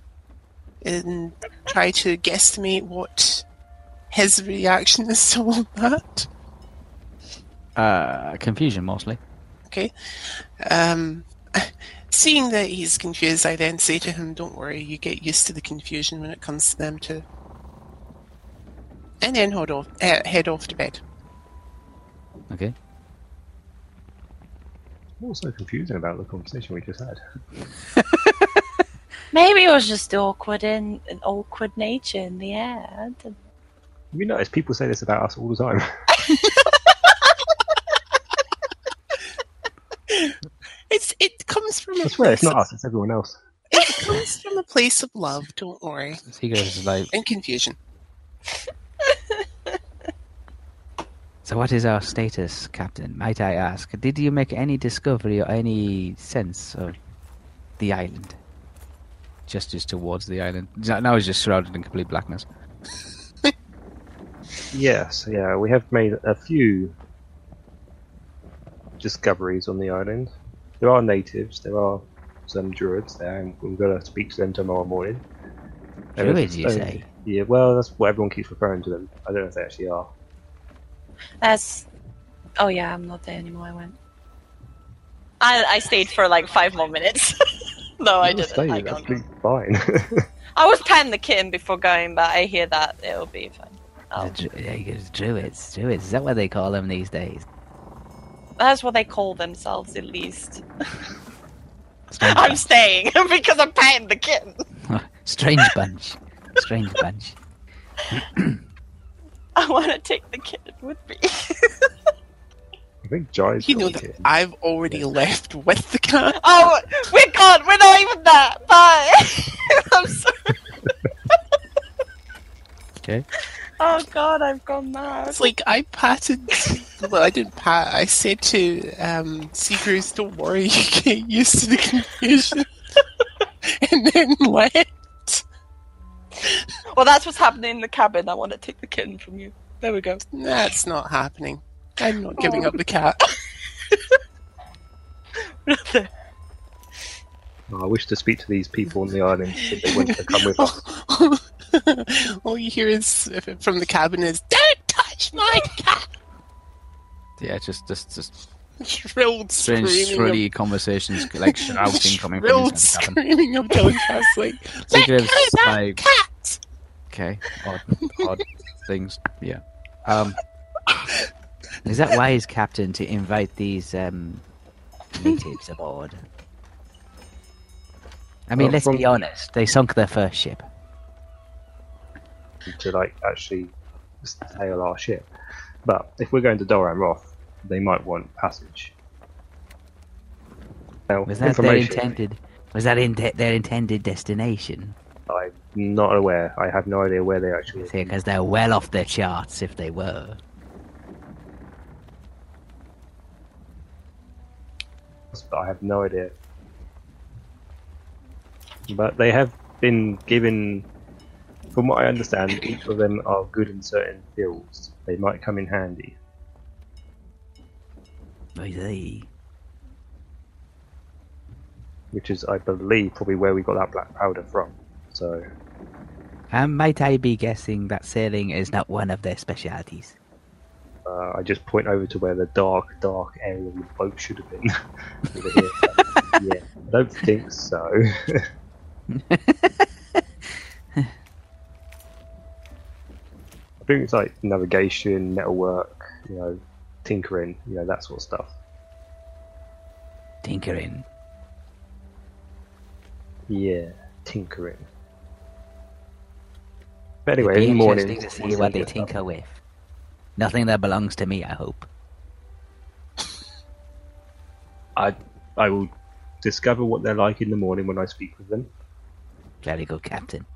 Speaker 5: and try to guesstimate what his reaction is to all that.
Speaker 1: Uh, confusion mostly.
Speaker 5: Okay. Um, seeing that he's confused, I then say to him, "Don't worry, you get used to the confusion when it comes to them too." And then head off, uh, head off to bed.
Speaker 1: Okay.
Speaker 4: What's so confusing about the conversation we just had?
Speaker 3: Maybe it was just awkward in an awkward nature in the air. I don't-
Speaker 4: You notice people say this about us all the time.
Speaker 5: It's it comes from. a
Speaker 4: I swear, it's
Speaker 5: place
Speaker 4: not
Speaker 5: of-
Speaker 4: us, it's everyone else.
Speaker 5: It comes from a place of love. Don't worry.
Speaker 1: Seagraves is like,
Speaker 5: And confusion.
Speaker 1: So, what is our status, Captain? Might I ask? Did you make any discovery or any sense of the island? Just as towards the island. N- Now it's just shrouded in complete blackness.
Speaker 4: Yes, yeah, we have made a few discoveries on the island. There are natives, there are some druids there, and we've got to speak to them tomorrow morning. There is-
Speaker 1: Druids, you
Speaker 4: uh,
Speaker 1: say?
Speaker 4: Yeah, well, that's what everyone keeps referring to them. I don't know if they actually are.
Speaker 3: That's. Oh yeah, I'm not there anymore. I went. I I stayed for like five more minutes. no, Oh, I
Speaker 4: You
Speaker 3: didn't.
Speaker 4: stay,
Speaker 3: I,
Speaker 4: that's
Speaker 3: don't know.
Speaker 4: completely fine.
Speaker 3: I was patting the kitten before going, but I hear that it'll be fine.
Speaker 1: The
Speaker 3: Oh,
Speaker 1: dru- yeah, he goes, druids, druids. Is that what they call them these days?
Speaker 3: that's what they call themselves, at least.
Speaker 1: Strange
Speaker 3: I'm
Speaker 1: bunch.
Speaker 3: staying because I'm patting the kitten.
Speaker 1: Strange bunch. Strange bunch.
Speaker 3: I want to take the kitten with me.
Speaker 4: I think Jai's
Speaker 5: You know
Speaker 4: got
Speaker 5: that
Speaker 4: it.
Speaker 5: I've already left with the cat.
Speaker 3: Oh, we're gone. We're not even there. Bye. I'm sorry.
Speaker 1: Okay.
Speaker 3: Oh God, I've gone mad.
Speaker 5: It's like I patted. Well, I didn't pat. I said to um, Seagrews, "Don't worry, you get used to the confusion," and then left.
Speaker 3: Well, that's what's happening in the cabin. I want to take the kitten from you. There we go.
Speaker 5: That's not happening. I'm not giving up the cat.
Speaker 4: Oh, I wish to speak to these people on the island if they want to come
Speaker 5: Oh.
Speaker 4: with us.
Speaker 5: All you hear is from the cabin is "Don't touch my cat!"
Speaker 1: Yeah, just just just
Speaker 5: Shrilled
Speaker 1: strange,
Speaker 5: screaming.
Speaker 1: shrilly conversations, like
Speaker 5: of-
Speaker 1: shouting coming from
Speaker 5: Shrilled
Speaker 1: inside the cabin.
Speaker 5: screaming of Delica's like, "Let go
Speaker 1: Seagraves,
Speaker 5: that
Speaker 1: like-
Speaker 5: cat!"
Speaker 1: Okay, odd, odd things. Yeah. Um, is that wise, Captain, to invite these um, natives aboard? I mean,
Speaker 4: Well,
Speaker 1: let's
Speaker 4: from-
Speaker 1: be honest. They sunk their first ship.
Speaker 4: to like actually sail our ship. But if we're going to Doran Roth, they might want passage. Now,
Speaker 1: Was that their
Speaker 4: information,
Speaker 1: intended? Was that in their intended destination?
Speaker 4: I'm not aware. I have no idea where they actually are.
Speaker 1: Because they're well off their charts if they were.
Speaker 4: But I have no idea. But they have been given, from what I understand, each of them are good in certain fields. They might come in handy.
Speaker 1: I see.
Speaker 4: which is, I believe, probably where we got that black powder from. So,
Speaker 1: And Um, might I be guessing that sailing is not one of their specialities?
Speaker 4: uh, I just point over to where the dark, dark area of the boat should have been. Over here. yeah, I don't think so. I think it's like navigation, metalwork, you know, tinkering, you know, that sort of stuff.
Speaker 1: Tinkering.
Speaker 4: Yeah, tinkering. But
Speaker 1: It'd
Speaker 4: anyway,
Speaker 1: be
Speaker 4: in the morning,
Speaker 1: interesting to see
Speaker 4: we'll
Speaker 1: what they
Speaker 4: this stuff.
Speaker 1: tinker with. Nothing that belongs to me, I hope.
Speaker 4: I I will discover what they're like in the morning when I speak with them.
Speaker 1: Very good, Captain.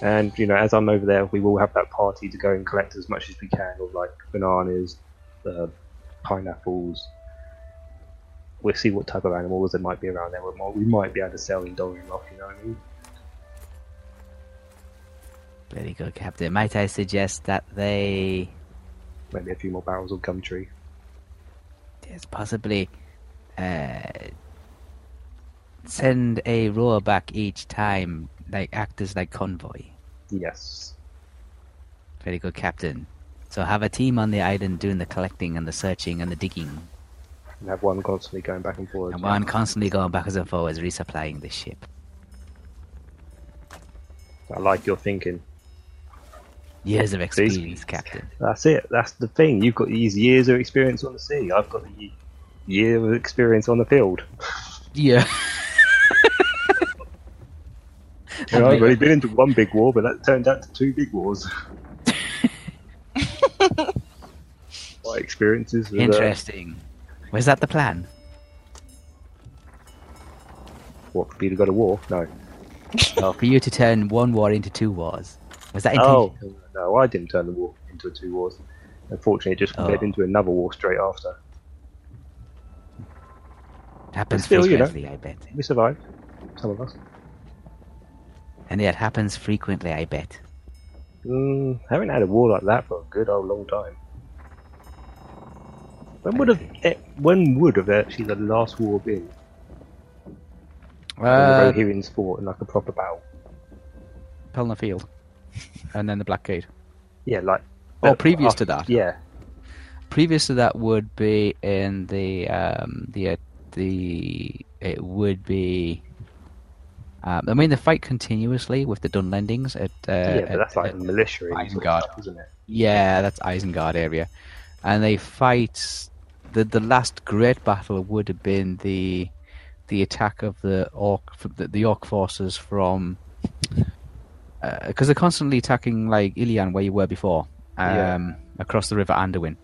Speaker 4: And you know, as I'm over there, we will have that party to go and collect as much as we can of like bananas, uh, pineapples. We'll see what type of animals there might be around there. We might, we might be able to sell in Dorian Rock, you know what I mean?
Speaker 1: Very good, Captain. Might I suggest that they.
Speaker 4: Maybe a few more barrels of gum tree.
Speaker 1: Yes, possibly. Uh, send a roar back each time, like act as like convoy.
Speaker 4: Yes.
Speaker 1: Very good, Captain. So have a team on the island doing the collecting and the searching and the digging,
Speaker 4: And have one constantly going back and forth.
Speaker 1: and one constantly going backwards and forwards, resupplying the ship.
Speaker 4: I like your thinking.
Speaker 1: Years of experience, Captain.
Speaker 4: That's it. That's the thing. You've got these years of experience on the sea. I've got the ye- year of experience on the field.
Speaker 1: Yeah.
Speaker 4: You know, I've only been into one big war, but that turned out to two big wars. My experiences with uh,
Speaker 1: Interesting. Was that the plan?
Speaker 4: what for you to go to war? No.
Speaker 1: oh, for you to turn one war into two wars. Was that
Speaker 4: Oh
Speaker 1: intentional?
Speaker 4: no, I didn't turn the war into two wars. Unfortunately, it just
Speaker 1: Oh.
Speaker 4: led into another war straight after.
Speaker 1: It happens
Speaker 4: Still, you know.
Speaker 1: frequently, I bet.
Speaker 4: We survived, some of us.
Speaker 1: And yeah, it happens frequently, I bet.
Speaker 4: Mm, haven't had a war like that for a good old long time. When would have eh, when would have actually the last war been?
Speaker 1: Uh,
Speaker 4: when the Rohirrim's fought in like a proper battle.
Speaker 1: Pelner Field. And then the Black Gate.
Speaker 4: Yeah, like
Speaker 1: Or
Speaker 4: uh,
Speaker 1: previous
Speaker 4: after-
Speaker 1: to that.
Speaker 4: Yeah,
Speaker 1: Previous to that would be in the um the uh, the it would be um, I mean they fight continuously with the Dunlendings at uh,
Speaker 4: yeah, but that's
Speaker 1: at-
Speaker 4: like
Speaker 1: at-
Speaker 4: militia and sort
Speaker 1: Isengard.
Speaker 4: of stuff, isn't it?
Speaker 1: Yeah, that's Isengard area, and they fight. the The last great battle would have been the the attack of the orc the, the orc forces from because they're constantly attacking like Ilian where you were before um,
Speaker 4: Yeah.
Speaker 1: across the river Anduin,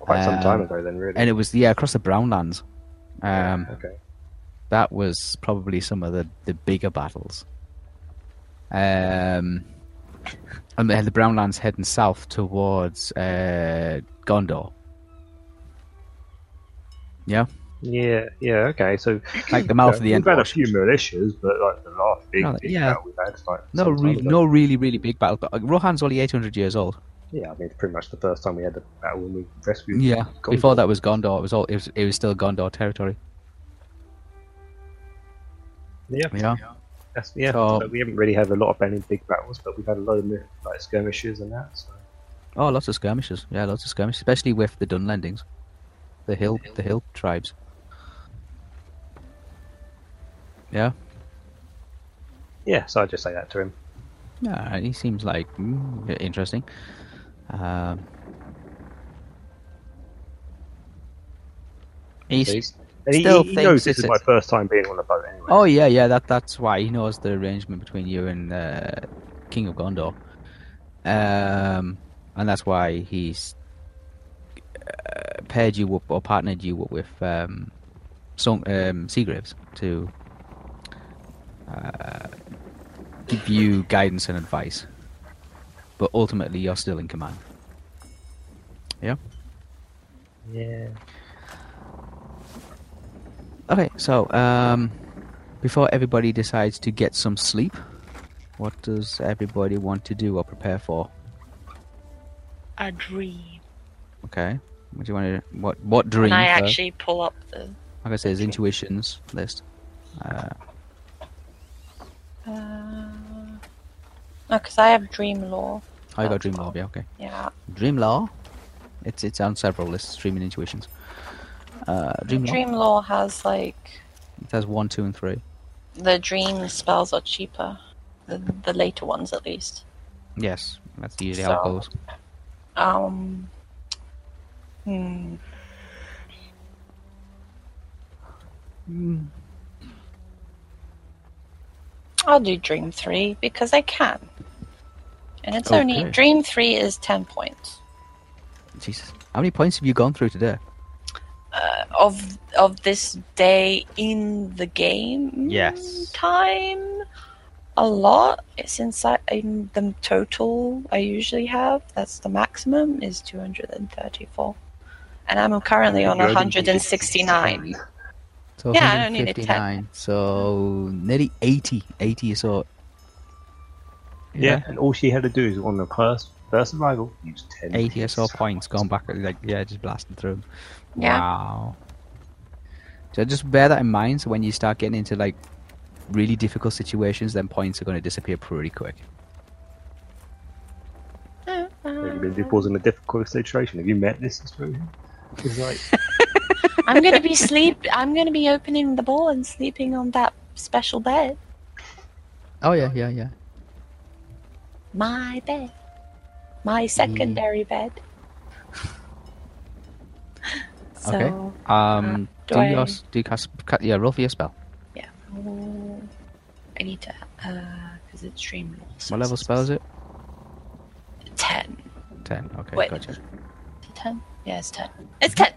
Speaker 4: Quite some time
Speaker 1: Um,
Speaker 4: ago, then really.
Speaker 1: and it was yeah across the Brownlands. Um,
Speaker 4: okay.
Speaker 1: that was probably some of the, the bigger battles. Um, and they had the Brownlands heading south towards uh, Gondor. Yeah,
Speaker 4: Yeah, yeah, okay. So
Speaker 1: like the mouth
Speaker 4: yeah,
Speaker 1: of the end.
Speaker 4: we've had a
Speaker 1: watch.
Speaker 4: few militias, but like the last big
Speaker 1: No,
Speaker 4: thing
Speaker 1: yeah.
Speaker 4: that we've had, like
Speaker 1: No,
Speaker 4: some time
Speaker 1: re-
Speaker 4: ago.
Speaker 1: no, really, really big battle. But like, Rohan's only eight hundred years old.
Speaker 4: Yeah, I mean, it's pretty much the first time we had a battle when we rescued.
Speaker 1: Yeah,
Speaker 4: Gondor.
Speaker 1: before that was Gondor. It was all. It was, it was still Gondor territory.
Speaker 4: yeah,
Speaker 1: Yeah,
Speaker 4: That's, yeah.
Speaker 1: So-
Speaker 4: so we haven't really had a lot of any big battles, but we've had a lot of like skirmishes and that. So
Speaker 1: oh, lots of skirmishes. Yeah, lots of skirmishes, especially with the Dunlendings, the hill, the hill tribes. Yeah.
Speaker 4: yeah, so I just say that to him.
Speaker 1: Yeah, he seems like mm, i- interesting. Um, he's-
Speaker 4: And he,
Speaker 1: Still
Speaker 4: he
Speaker 1: thinks
Speaker 4: knows
Speaker 1: it's
Speaker 4: this is
Speaker 1: a-
Speaker 4: my first time being on a boat anyway.
Speaker 1: oh yeah, yeah. That that's why he knows the arrangement between you and uh, King of Gondor, um, and that's why he's uh, paired you up or partnered you up with um, Song um, Seagraves to uh, give you guidance and advice. But ultimately, you're still in command.
Speaker 4: Yeah.
Speaker 1: Okay, so um, before everybody decides to get some sleep, what does everybody want to do or prepare for?
Speaker 3: A dream.
Speaker 1: Okay, what do you want to? What what dream?
Speaker 3: Can I
Speaker 1: first?
Speaker 3: actually pull up the.
Speaker 1: like I said, is intuitions list. Uh,
Speaker 3: Uh, no, because I have dream law.
Speaker 1: I Oh, got
Speaker 3: That's
Speaker 1: dream
Speaker 3: fine.
Speaker 1: law. Yeah, okay.
Speaker 3: Yeah.
Speaker 1: Dream law. It's it's on several lists. Dream and intuitions. Uh, dream law.
Speaker 3: Dream law has like
Speaker 1: It has one, two, and three.
Speaker 3: the dream spells are cheaper, the, the later ones at least.
Speaker 1: Yes, that's usually how it
Speaker 3: So-
Speaker 1: goes.
Speaker 3: Um. Hmm.
Speaker 1: Hmm.
Speaker 3: I'll do Dream 3 because I can. And it's only.
Speaker 1: Okay.
Speaker 3: Dream 3 is 10 points.
Speaker 1: Jesus, how many points have you gone through today?
Speaker 3: Uh, of of this day in the game
Speaker 1: Yes.
Speaker 3: time a lot it's inside in the total i usually have that's the maximum is 234 and i'm currently on
Speaker 4: You're only
Speaker 3: 169
Speaker 1: So
Speaker 3: Yeah, I don't need a ten.
Speaker 1: 159, So nearly 80. 80 or so.
Speaker 4: yeah. And all she had to do is on the first first arrival use ten.
Speaker 1: 80 or so
Speaker 4: pieces of
Speaker 1: points going back. Like, yeah, just blasting through 'em.
Speaker 3: Yeah.
Speaker 1: Wow. So just bear that in mind. So when you start getting into like really difficult situations, then points are going to disappear pretty quick.
Speaker 4: Have you been it was in a difficult situation? Have you met this situation? It's like,
Speaker 3: i'm gonna be sleep i'm gonna be opening the ball and sleeping on that special bed
Speaker 1: Oh, yeah, yeah, yeah.
Speaker 3: my bed my
Speaker 1: Mm.
Speaker 3: secondary bed so
Speaker 1: Okay. Um,
Speaker 3: Uh, do
Speaker 1: do,
Speaker 3: I-
Speaker 1: your s do you cast, ca- yeah, roll for your spell.
Speaker 3: Oh, I need to. Uh, is extremely.
Speaker 1: What level spell is it?
Speaker 3: Ten.
Speaker 1: Ten. Okay,
Speaker 3: Wait.
Speaker 1: gotcha.
Speaker 3: Ten? Yeah, it's ten. It's ten.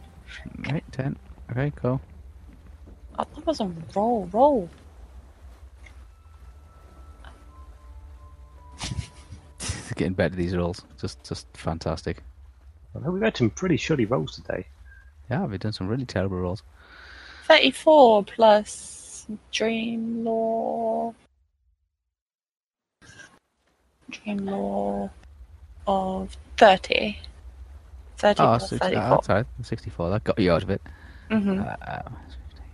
Speaker 1: Right, ten. Okay, cool.
Speaker 3: I thought it was on roll, roll.
Speaker 1: It's getting better these rolls. Just, just fantastic.
Speaker 4: Well, We've had some pretty shoddy rolls today.
Speaker 1: Yeah, we've done some really terrible rolls.
Speaker 3: 34 plus Dream Law. Dream Law of 30. 30
Speaker 1: Oh,
Speaker 3: plus
Speaker 1: six-
Speaker 3: 34.
Speaker 1: uh, that's all right. 64. That got you out of it.
Speaker 3: hmm
Speaker 1: Uh,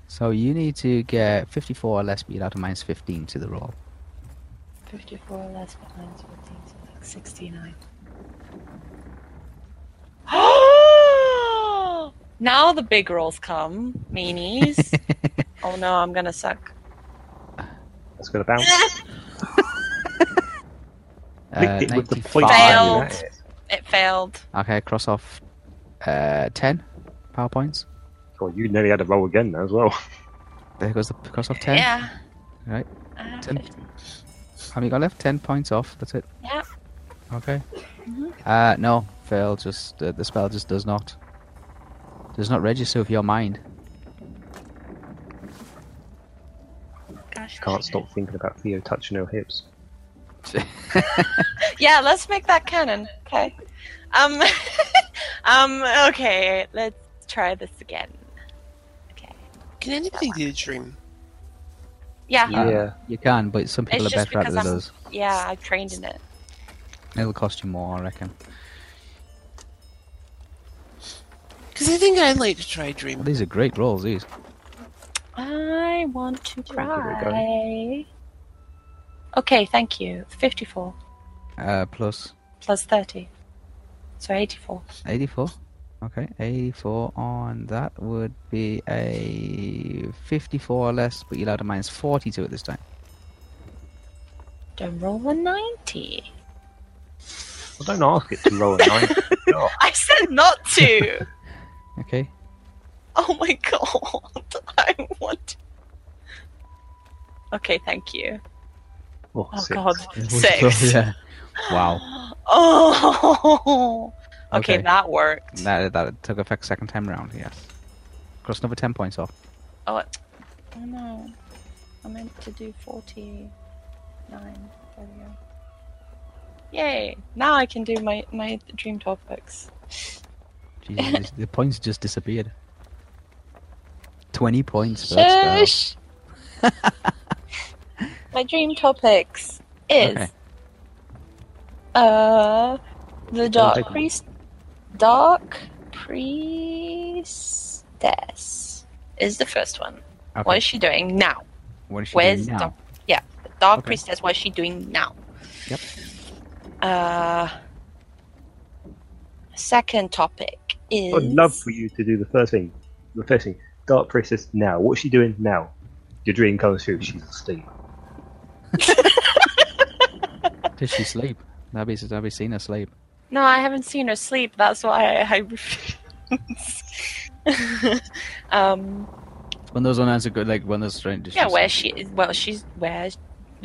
Speaker 1: so you need to get 54 or less speed out of minus 15 to the roll.
Speaker 3: 54 less but minus 14, so like 69. now the big rolls come, meanies. oh no, I'm gonna suck.
Speaker 4: That's going to bounce.
Speaker 1: Uh,
Speaker 4: Licked it with the
Speaker 1: 95.
Speaker 4: point
Speaker 3: Failed.
Speaker 4: value, that is.
Speaker 3: It failed.
Speaker 1: Okay, cross off uh, 10 power points.
Speaker 4: God, you nearly had a roll again now as well.
Speaker 1: There goes the cross off 10.
Speaker 3: Yeah.
Speaker 1: Right.
Speaker 3: Uh,
Speaker 1: Ten. How many got left? 10 points off. That's it.
Speaker 3: Yeah.
Speaker 1: Okay.
Speaker 3: Mm-hmm.
Speaker 1: Uh, no, fail. Just uh, the spell just does not does not register with your mind.
Speaker 3: Gosh,
Speaker 4: Can't stop thinking about Theo touching her hips.
Speaker 3: Yeah, let's make that canon. Okay. Um. um. Okay. Let's try this again.
Speaker 5: Can anybody do a dream?
Speaker 3: Yeah.
Speaker 1: Uh,
Speaker 4: yeah.
Speaker 1: You can, but some people
Speaker 3: It's
Speaker 1: are
Speaker 3: just
Speaker 1: better at it
Speaker 3: because
Speaker 1: than
Speaker 3: I'm-
Speaker 1: others.
Speaker 3: Yeah, I've trained in it.
Speaker 1: It'll cost you more, I reckon.
Speaker 5: Because I think I'd like to try a dream.
Speaker 1: Well, these are great rolls. These.
Speaker 3: I want to
Speaker 4: give it a go.
Speaker 3: try. Okay. Thank you. Fifty-four
Speaker 1: Uh, plus
Speaker 3: plus thirty, so eighty-four.
Speaker 1: 84. Okay, 84 on that would be a 54 or less, but you'll add a minus 42 at this time.
Speaker 3: Don't roll a ninety.
Speaker 4: Well, don't ask it to roll a nine. God.
Speaker 3: I said not to.
Speaker 1: Okay,
Speaker 3: oh my god! I want. to- Okay. Thank you.
Speaker 4: Oh,
Speaker 3: Oh
Speaker 4: six.
Speaker 3: god. Six.
Speaker 1: Six. yeah. Wow.
Speaker 3: Oh. Okay,
Speaker 1: Okay.
Speaker 3: that worked.
Speaker 1: That, that took effect second time round, yes. Cross another 10 points off.
Speaker 3: Oh, it- oh no. I meant to do 49. There we go. Yay! Now I can do my, my dream topics.
Speaker 1: Jesus, the points just disappeared. 20 points for that spell.
Speaker 3: Shush! my dream topics is
Speaker 1: Okay.
Speaker 3: uh the
Speaker 4: take
Speaker 3: dark
Speaker 4: them.
Speaker 3: priest dark priestess is the first one.
Speaker 1: Okay,
Speaker 3: What is she doing now?
Speaker 1: what is she
Speaker 3: Where's
Speaker 1: doing
Speaker 3: Doc?
Speaker 1: now?
Speaker 3: Yeah, the Dark
Speaker 1: Okay.
Speaker 3: Priestess. What is she doing now?
Speaker 1: Yep.
Speaker 3: Uh, second topic
Speaker 1: Oh,
Speaker 3: is.
Speaker 4: I'd love for you to do the first thing. The first thing. Dark Priestess now. What's she doing now? Your dream comes true. She's asleep.
Speaker 1: Did she sleep? Nabi's, Nabi's seen her sleep.
Speaker 3: No, I haven't seen her sleep. That's why I, I refuse. um,
Speaker 1: It's When those unanswered, good, like when those strange.
Speaker 3: yeah, where she is? Well, she's where?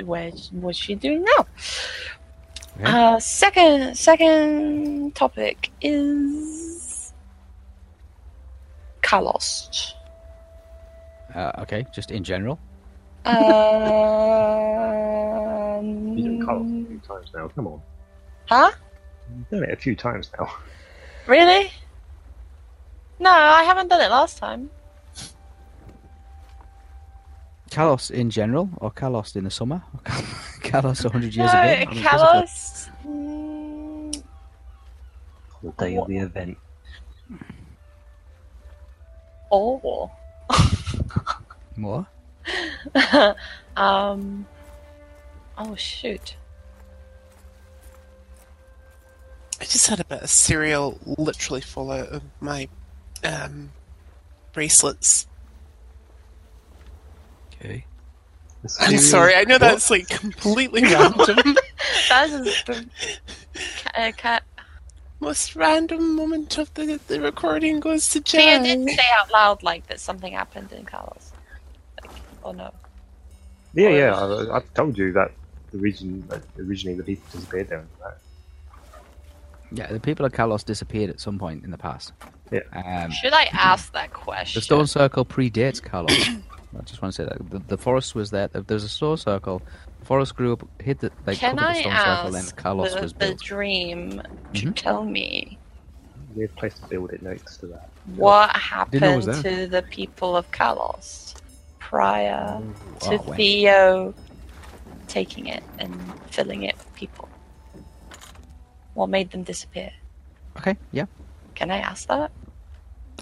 Speaker 3: Where? What's she doing now?
Speaker 1: Yeah.
Speaker 3: Uh, second, second topic is Kalos.
Speaker 1: Uh, okay, just in general.
Speaker 4: You've done Carlos a
Speaker 3: Um,
Speaker 4: few times now. Come on.
Speaker 3: huh?
Speaker 4: You've done it a few times now.
Speaker 3: Really? No, I haven't done it last time.
Speaker 1: Kalos in general, or Kalos in the summer, or Kal- Kalos 100 years ago.
Speaker 3: no,
Speaker 1: I mean, it doesn't matter.
Speaker 3: Uh, Kalos. mm,
Speaker 4: The day of the event.
Speaker 3: Oh.
Speaker 1: More?
Speaker 3: um. Oh shoot.
Speaker 5: I just had a bit of cereal literally fall out of my um, bracelets.
Speaker 1: Okay.
Speaker 5: I'm sorry, I know that's like completely random.
Speaker 3: That is the ca- uh, ca-
Speaker 5: Most random moment of the, the recording goes to
Speaker 3: See, I did
Speaker 5: Jan.
Speaker 3: say out loud like that something happened in Kalos. Like, oh no.
Speaker 4: Yeah, yeah. I, I told you that the region that originally the people disappeared there. Right?
Speaker 1: Yeah, the people of Kalos disappeared at some point in the past.
Speaker 4: Yeah.
Speaker 1: Um,
Speaker 6: Should I ask that question?
Speaker 1: the stone circle predates Kalos. I just want to say that the, the forest was there. There was a stone circle. The forest grew up, hit the they
Speaker 3: Can
Speaker 1: covered the
Speaker 3: I
Speaker 1: stone circle, then
Speaker 3: ask
Speaker 1: Kalos
Speaker 3: the,
Speaker 1: was
Speaker 3: the
Speaker 1: built.
Speaker 3: dream to
Speaker 1: Mhm.
Speaker 3: tell me
Speaker 4: Weird place to build it next to that.
Speaker 3: what
Speaker 7: know it was
Speaker 3: happened to the people of Kalos prior
Speaker 1: Oh,
Speaker 3: to
Speaker 1: wow.
Speaker 3: Theo taking it and filling it with people? What made them disappear?
Speaker 1: Okay, yeah,
Speaker 3: Can I ask that?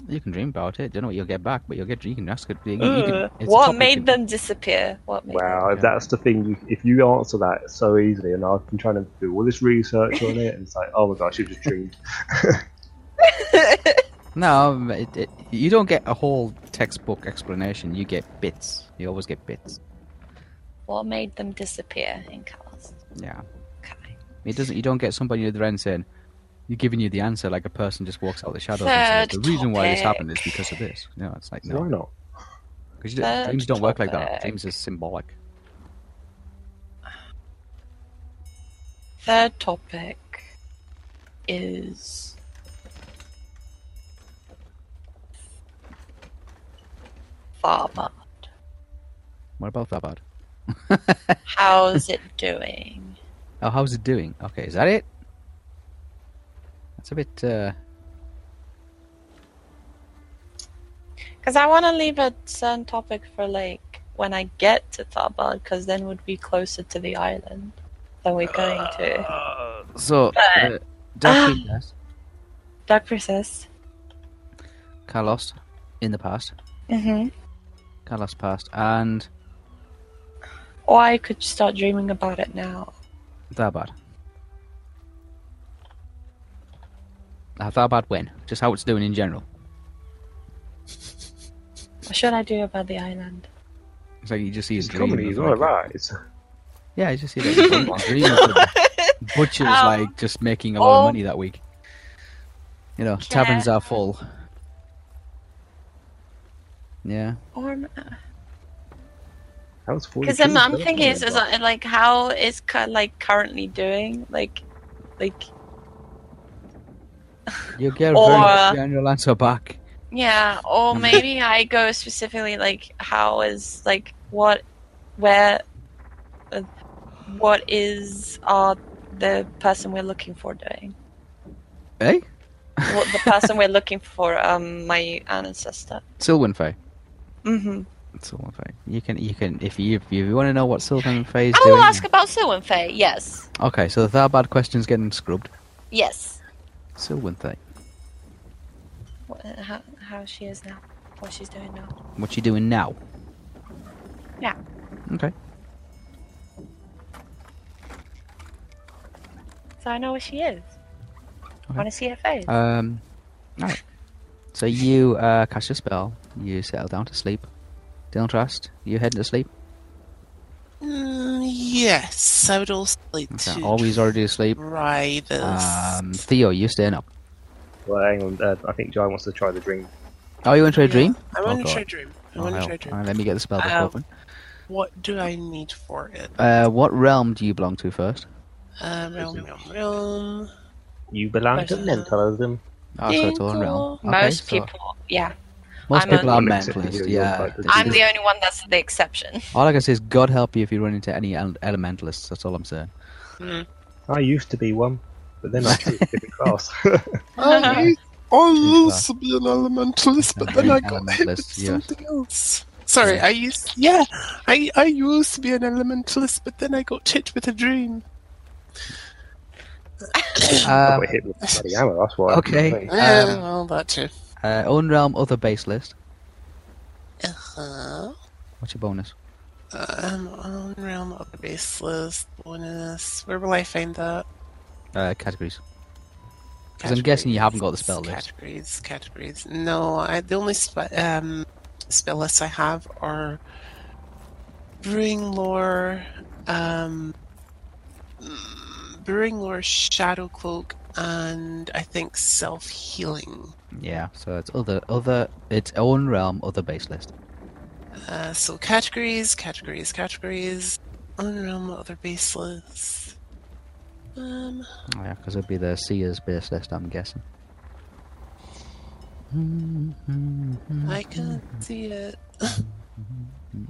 Speaker 1: you can dream about it. Don't know what you'll get back, but you'll get. You can ask it. You, can- you can-
Speaker 3: Ugh.
Speaker 1: it's a
Speaker 3: Uh, What
Speaker 1: topic
Speaker 3: made
Speaker 1: in-
Speaker 3: them disappear? What made
Speaker 4: Wow,
Speaker 1: Yeah.
Speaker 4: if that's the thing. You, if you answer that so easily, and I've been trying to do all this research on it, and it's like, oh my gosh, you just dreamed.
Speaker 3: them?
Speaker 1: No, um, it, it, you don't get a whole textbook explanation. You get bits. You always get bits.
Speaker 3: what made them disappear in Kalos?
Speaker 1: Yeah,
Speaker 3: Okay.
Speaker 1: it doesn't. You don't get somebody at the end saying, "You're giving you the answer," like a person just walks out of the shadows and says,
Speaker 3: Third
Speaker 1: "The reason why this happened is
Speaker 3: topic.
Speaker 1: because of this." No, it's like
Speaker 4: Why
Speaker 1: no,
Speaker 4: not?
Speaker 1: because you don't-
Speaker 3: Third
Speaker 1: dreams don't work like that.
Speaker 3: topic.
Speaker 1: Dreams is symbolic.
Speaker 3: Third topic is Farmer.
Speaker 1: What about that bad?
Speaker 3: How's it doing?
Speaker 1: Oh, how's it doing? Okay, is that it? That's a bit. uh
Speaker 3: Because I want to leave a certain topic for like when I get to Tharbad, because then we'd be closer to the island than we're going to.
Speaker 1: So, uh, Dark
Speaker 3: Ah.
Speaker 1: Princess,
Speaker 3: Dark Princess.
Speaker 1: Kalos, in the past,
Speaker 3: Mm-hmm.
Speaker 1: Kalos past, and
Speaker 3: Or I could start dreaming about it now.
Speaker 1: Tharbad. Uh, Tharbad when? Just how it's doing in general.
Speaker 3: What should I do about the island?
Speaker 1: It's like you just see a
Speaker 4: It's
Speaker 1: dream.
Speaker 4: comedy.
Speaker 1: of,
Speaker 4: It's
Speaker 1: like,
Speaker 4: all right. It's,
Speaker 1: Yeah, you just see like, a bun- dream of the butchers
Speaker 3: Um,
Speaker 1: like just making a lot
Speaker 3: oh.
Speaker 1: of money that week. You know, taverns are full. Yeah.
Speaker 3: Or
Speaker 4: that was forty
Speaker 3: because I'm,
Speaker 4: kids,
Speaker 3: I'm
Speaker 4: that's
Speaker 3: thinking
Speaker 4: not
Speaker 3: is, is
Speaker 4: bad.
Speaker 3: uh, like how is cu- like currently doing like like
Speaker 1: You get a
Speaker 3: Or- uh,
Speaker 1: very general answer back.
Speaker 3: yeah or
Speaker 1: Mm.
Speaker 3: maybe I go specifically like how is like what where uh, what is uh the person we're looking for doing Oh.
Speaker 1: Eh?
Speaker 3: what the person we're looking for um my ancestor
Speaker 1: Sylvan Fae.
Speaker 3: mm-hmm.
Speaker 1: Sylvan Fae. You can, you can, if you if you want to know what Sylvan Fae is
Speaker 3: I
Speaker 1: doing.
Speaker 3: will ask about Sylvan Faye yes
Speaker 1: Okay, so the Tharbad question's getting scrubbed.
Speaker 3: yes
Speaker 1: Sylvan Fae.
Speaker 3: what, how, how she is now what she's doing now
Speaker 1: What you doing now?
Speaker 3: Yeah.
Speaker 1: Okay.
Speaker 3: so I know where she is I want to see her face
Speaker 1: Um. Alright. So you uh, cast your spell. You settle down to sleep. Dylan Trust, you heading to sleep?
Speaker 5: Mm, yes, I would also like
Speaker 1: Okay.
Speaker 5: to
Speaker 1: Always already asleep.
Speaker 5: try this.
Speaker 1: Um, Theo, you staying up?
Speaker 4: Well, hang on. Uh, I think Jai wants to try the dream.
Speaker 1: Oh, you went to a
Speaker 5: Yeah,
Speaker 1: dream?
Speaker 5: I want
Speaker 1: Oh,
Speaker 5: to try
Speaker 1: God.
Speaker 5: dream. I
Speaker 1: Oh,
Speaker 5: want to
Speaker 1: hell.
Speaker 5: try dream.
Speaker 1: Alright, let me get the spell book
Speaker 3: Um,
Speaker 5: Uh,
Speaker 1: open.
Speaker 5: What do I need for it?
Speaker 1: Uh, what realm do you belong to first?
Speaker 5: Uh, realm, realm, realm.
Speaker 4: You belong to
Speaker 5: Right.
Speaker 4: mentalism.
Speaker 1: Oh, so it's all realm. Okay,
Speaker 3: most
Speaker 1: so
Speaker 3: people yeah
Speaker 1: Most
Speaker 3: I'm
Speaker 1: people
Speaker 3: a-
Speaker 1: are
Speaker 4: Except for
Speaker 1: mentalists.
Speaker 4: you, you're
Speaker 1: Yeah.
Speaker 4: like the-
Speaker 3: I'm the only one that's the exception
Speaker 1: All I can say is God help you if you run into any ele- elementalists. That's all I'm saying.
Speaker 4: I used to be one, but then I took a different class.
Speaker 1: Um,
Speaker 5: I used- I used to be an elementalist, but then I got hit with
Speaker 1: Elementalist, yes.
Speaker 5: something else. Sorry, I used yeah, I I used to be an elementalist, but then I got hit with a dream.
Speaker 4: I
Speaker 1: Um,
Speaker 4: got hit with a bloody hammer. That's why.
Speaker 1: okay.
Speaker 5: Yeah,
Speaker 1: Um,
Speaker 5: well that too.
Speaker 1: uh, own realm, other base list.
Speaker 5: Uh-huh.
Speaker 1: What's your bonus?
Speaker 5: Um, on realm of the base list bonus. Where will I find that?
Speaker 1: Uh, categories. 'Cause I'm guessing you haven't got the spell list.
Speaker 5: Categories, categories. No, I, the only spe- um, spell lists I have are Brewing Lore, um, mm, Brewing Lore, Shadow Cloak, and I think Self Healing.
Speaker 1: Yeah. So it's other, other, it's own realm, other base list.
Speaker 5: Uh, so categories, categories, categories. Unrealm other base list. Um,
Speaker 1: Oh, yeah, because it'd be the Seer's base list, I'm guessing.
Speaker 5: I can't see it.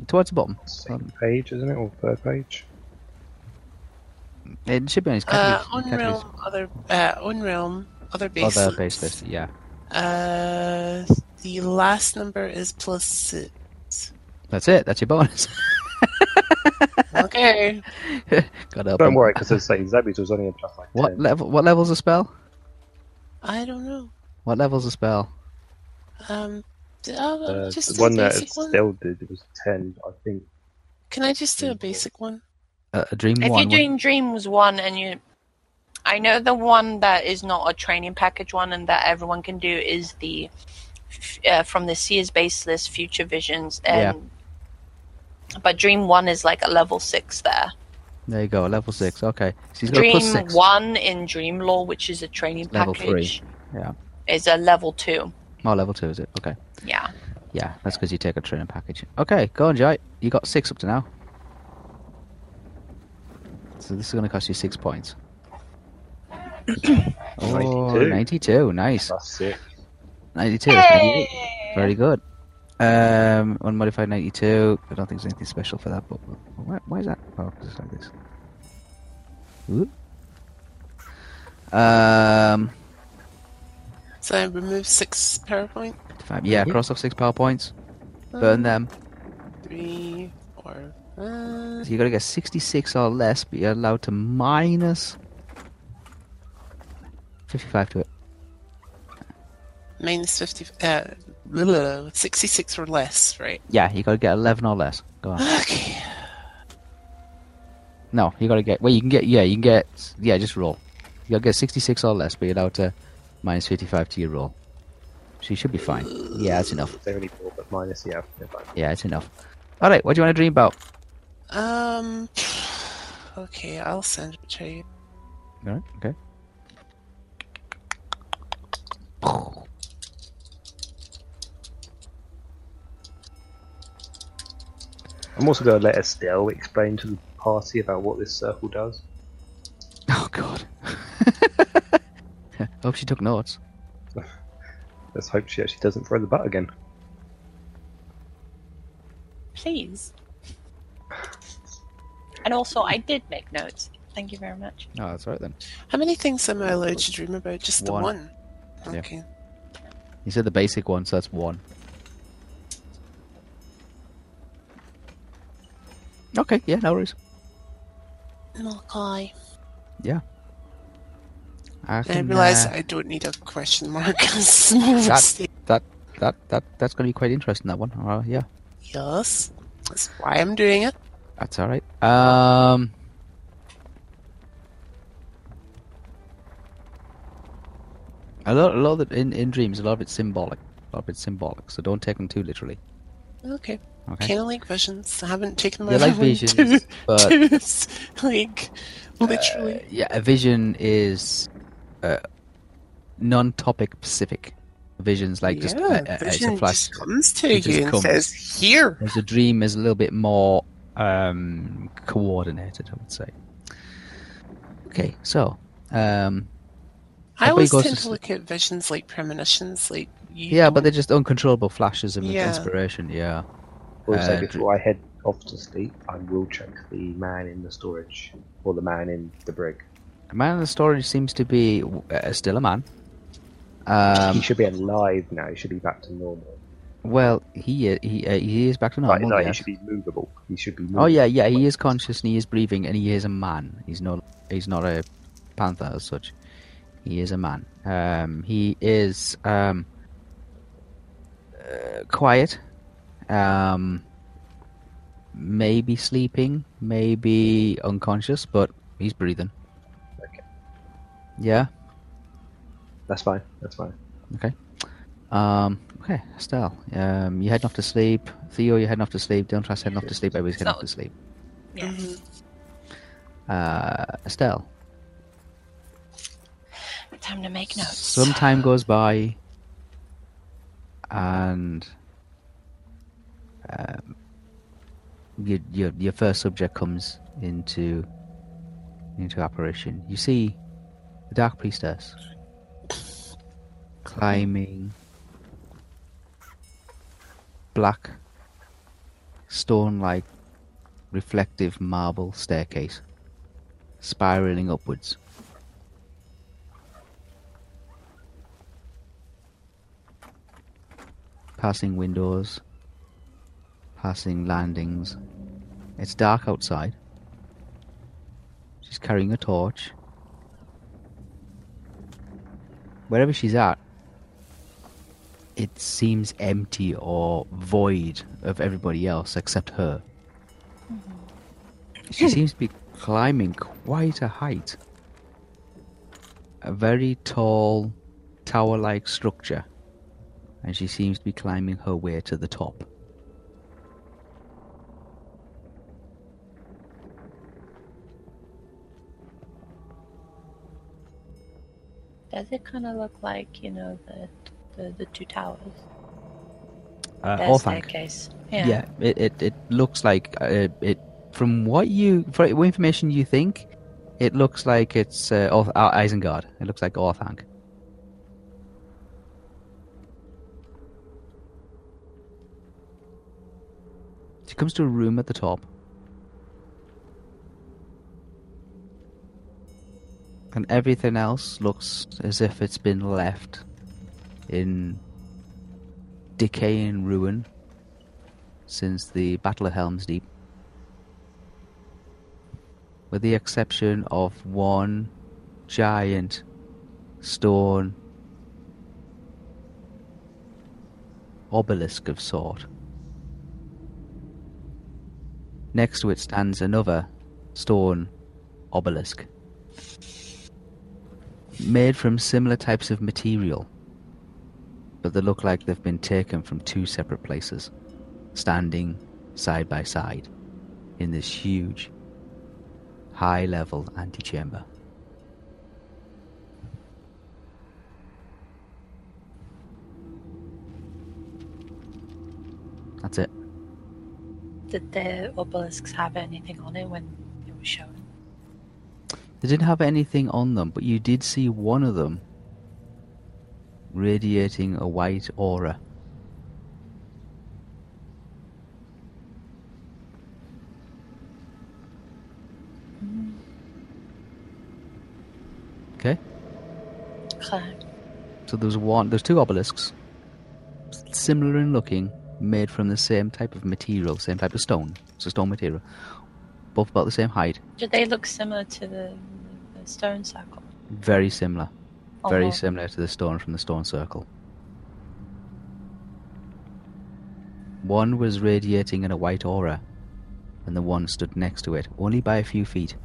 Speaker 1: Towards the bottom.
Speaker 4: Second page, isn't it, or third page?
Speaker 1: It should be on his categories.
Speaker 5: Uh,
Speaker 1: categories.
Speaker 5: Unrealm other uh, Unrealm other base
Speaker 1: Other base
Speaker 5: list.
Speaker 1: list, yeah.
Speaker 5: Uh, the last number is plus six.
Speaker 1: That's it. That's your bonus.
Speaker 5: Okay.
Speaker 1: Got up.
Speaker 4: Don't worry, because as I say, Zabby's was only a plus like
Speaker 1: What
Speaker 4: 10.
Speaker 1: level? What level's a spell?
Speaker 5: I don't know.
Speaker 1: What level's a spell?
Speaker 5: Um, d- oh,
Speaker 4: Uh,
Speaker 5: just
Speaker 4: the
Speaker 5: do a
Speaker 4: one that
Speaker 5: basic
Speaker 4: it
Speaker 5: one.
Speaker 4: still did it was 10, I think.
Speaker 5: Can I just do a basic one?
Speaker 1: Uh, a dream
Speaker 3: If
Speaker 1: one.
Speaker 3: you're doing Dreams one and you, I know the one that is not a training package one and that everyone can do is the f- uh, from the Seer's base list Future Visions and. But Dream One is like a level six there.
Speaker 1: There you go. Level six. Okay. So he's got a
Speaker 3: Dream
Speaker 1: plus six.
Speaker 3: One in Dream Lore, which is a training
Speaker 1: Level three,
Speaker 3: package,
Speaker 1: yeah.
Speaker 3: is a level two.
Speaker 1: Oh, level two is it? Okay.
Speaker 3: Yeah.
Speaker 1: Yeah, that's because you take a training package. Okay, go on, Jai. You got six up to now. So this is going to cost you six points. oh, 92.
Speaker 4: 92.
Speaker 1: Nice.
Speaker 4: Plus 6.
Speaker 1: 92. that's 98. Very good. Um, unmodified 92. I don't think there's anything special for that, but why, why is that? Oh, 'cause it's like this. Ooh. Um,
Speaker 5: So I remove six PowerPoint.
Speaker 1: five, yeah, cross off six power points. Burn them.
Speaker 5: Three or uh,
Speaker 1: So you gotta get 66 or less, but you're allowed to minus 55 to it.
Speaker 5: minus fifty. Uh, blah, blah, blah, sixty-six or less, right?
Speaker 1: Yeah, you gotta get 11 or less. Go on.
Speaker 5: Okay.
Speaker 1: No, you gotta get. Well, you can get. Yeah, you can get. Yeah, just roll. You gotta get 66 or less, but you're allowed to minus 55 to your roll. So you should be fine. Yeah, that's enough.
Speaker 4: They're only 4, but minus, yeah. they're fine.
Speaker 1: Yeah, it's enough. All right, what do you want to dream about?
Speaker 5: Um. Okay, I'll send it to you.
Speaker 1: All right, okay.
Speaker 4: I'm also going to let Estelle explain to the party about what this circle does.
Speaker 1: Oh God. Hope she took notes.
Speaker 4: Let's hope she actually doesn't throw the butt again.
Speaker 3: Please. And also, I did make notes. Thank you very much.
Speaker 1: Oh, that's right then.
Speaker 5: How many things am I allowed to dream about? Just the
Speaker 1: One.
Speaker 5: one.
Speaker 1: Yeah.
Speaker 5: Okay.
Speaker 1: You said the basic one, so that's one. Okay, yeah, no worries.
Speaker 5: Malachi.
Speaker 1: I,
Speaker 5: I
Speaker 1: can,
Speaker 5: realize
Speaker 1: uh,
Speaker 5: I don't need a question mark. Small
Speaker 1: That-
Speaker 5: mistake.
Speaker 1: that that that's going to be quite interesting. That one, uh, yeah,
Speaker 5: Yes. That's why I'm doing it.
Speaker 1: that's all right. Um, a lot, a lot of it in in dreams, a lot of it's symbolic, a lot of it's symbolic. So don't take them too literally.
Speaker 5: Okay.
Speaker 1: Okay.
Speaker 5: Kind of like visions. I haven't taken my
Speaker 1: They're like
Speaker 5: own to,
Speaker 1: visions, but uh,
Speaker 5: to like literally.
Speaker 1: yeah, a vision is uh, non-topic specific. Visions like just uh,
Speaker 5: Yeah,
Speaker 1: uh, it's a
Speaker 5: vision
Speaker 1: flash.
Speaker 5: just comes to
Speaker 1: It just
Speaker 5: you and
Speaker 1: comes.
Speaker 5: says, "Here."
Speaker 1: Whereas a dream is a little bit more um, coordinated, I would say. Okay, so um,
Speaker 5: I
Speaker 1: Everybody
Speaker 5: always
Speaker 1: goes
Speaker 5: tend
Speaker 1: to
Speaker 5: to look at visions like premonitions, like you
Speaker 1: yeah, but
Speaker 5: don't-
Speaker 1: they're just uncontrollable flashes of
Speaker 5: Yeah.
Speaker 1: inspiration. Yeah,
Speaker 4: Also,
Speaker 1: Uh,
Speaker 4: before I head off to sleep, I will check the man in the storage or the man in the brig.
Speaker 1: a man in the storage seems to be uh, still a man. Um,
Speaker 4: he should be alive now. He should be back to normal.
Speaker 1: well, he i- he uh, he is back to
Speaker 4: Like,
Speaker 1: normal.
Speaker 4: like, he
Speaker 1: yes.
Speaker 4: should be movable. He should be. Movable.
Speaker 1: Oh yeah, yeah, he is conscious and he is breathing and he is a man. He's not he's not a panther as such. He is a man. Um, he is um, uh, quiet. Um, maybe sleeping, maybe unconscious, but he's breathing.
Speaker 4: Okay.
Speaker 1: Yeah.
Speaker 4: That's fine. That's fine.
Speaker 1: Um, okay, Estelle. Um, you heading off to sleep. Theo, you're heading off to sleep. Don't trust heading off to sleep. Everybody's heading off to sleep.
Speaker 5: Mhm.
Speaker 1: Uh, Estelle.
Speaker 3: Time to make notes.
Speaker 1: Some time goes by, and um, your, your your first subject comes into into apparition. You see the dark priestess climbing black stone-like reflective marble staircase spiraling upwards. Passing windows, passing landings. It's dark outside. She's carrying a torch. Wherever she's at, it seems empty or void of everybody else except her. She seems to be climbing quite a height. A very tall, tower like structure. And she seems to be climbing her way to the top.
Speaker 3: Does it kind of look like you know the the, the two towers?
Speaker 1: Uh,
Speaker 3: Their
Speaker 1: Orthanc.
Speaker 3: staircase.
Speaker 1: Yeah, it, it, it looks like uh, it. From what you, from what information you think, it looks like it's uh, Orth- uh, Isengard. It looks like Orthanc. She comes to a room at the top. And everything else looks as if it's been left in decaying ruin since the Battle of Helm's Deep. With the exception of one giant stone obelisk of sort. Next to it stands another stone obelisk. Made from similar types of material, but they look like they've been taken from two separate places standing side by side in this huge, high level antechamber. That's it.
Speaker 3: Did the obelisks have anything on it when it was shown?
Speaker 1: They didn't have anything on them, but you did see one of them radiating a white aura. Okay.
Speaker 3: Okay.
Speaker 1: So there's one, there's two obelisks, similar in looking, made from the same type of material, same type of stone. It's a stone material, both about the same height,
Speaker 3: Do they look similar to the, the stone circle?
Speaker 1: very similar, very
Speaker 3: Oh,
Speaker 1: similar to the stone from the stone circle. One was radiating in a white aura, and the one stood next to it, only by a few feet,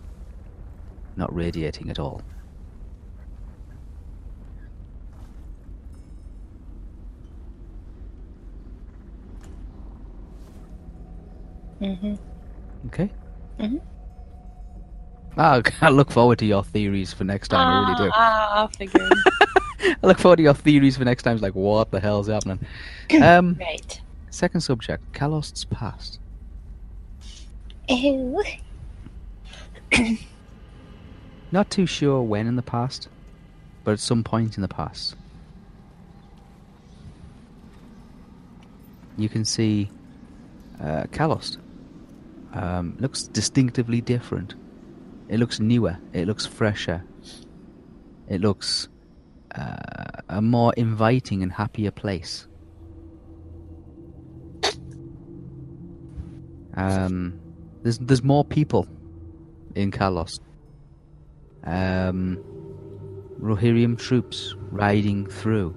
Speaker 1: not radiating at all.
Speaker 3: mhm.
Speaker 1: Okay.
Speaker 3: Mhm.
Speaker 1: Ah, I look forward to your theories for next time. I really do.
Speaker 3: Ah, I figured.
Speaker 1: I look forward to your theories for next time. It's like, what the hell's happening? Um,
Speaker 3: right.
Speaker 1: second subject: Kalost's past.
Speaker 3: Ew.
Speaker 1: Not too sure when in the past, but at some point in the past. You can see uh, Kalost. Um, looks distinctively different. It looks newer. It looks fresher. It looks uh, a more inviting and happier place. Um, there's there's more people in Kalos um, Rohirrim troops riding through,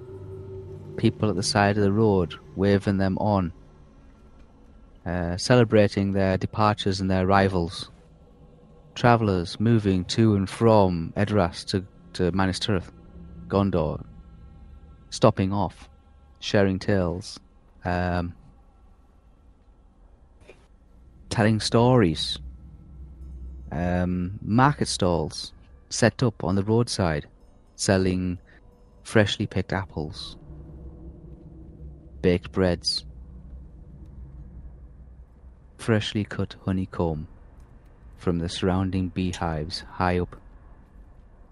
Speaker 1: people at the side of the road waving them on, uh, celebrating their departures and their arrivals, travellers moving to and from Edras to, to Minas Tirith, Gondor, stopping off, sharing tales, um, telling stories, um, market stalls set up on the roadside selling freshly picked apples, baked breads, freshly cut honeycomb from the surrounding beehives high up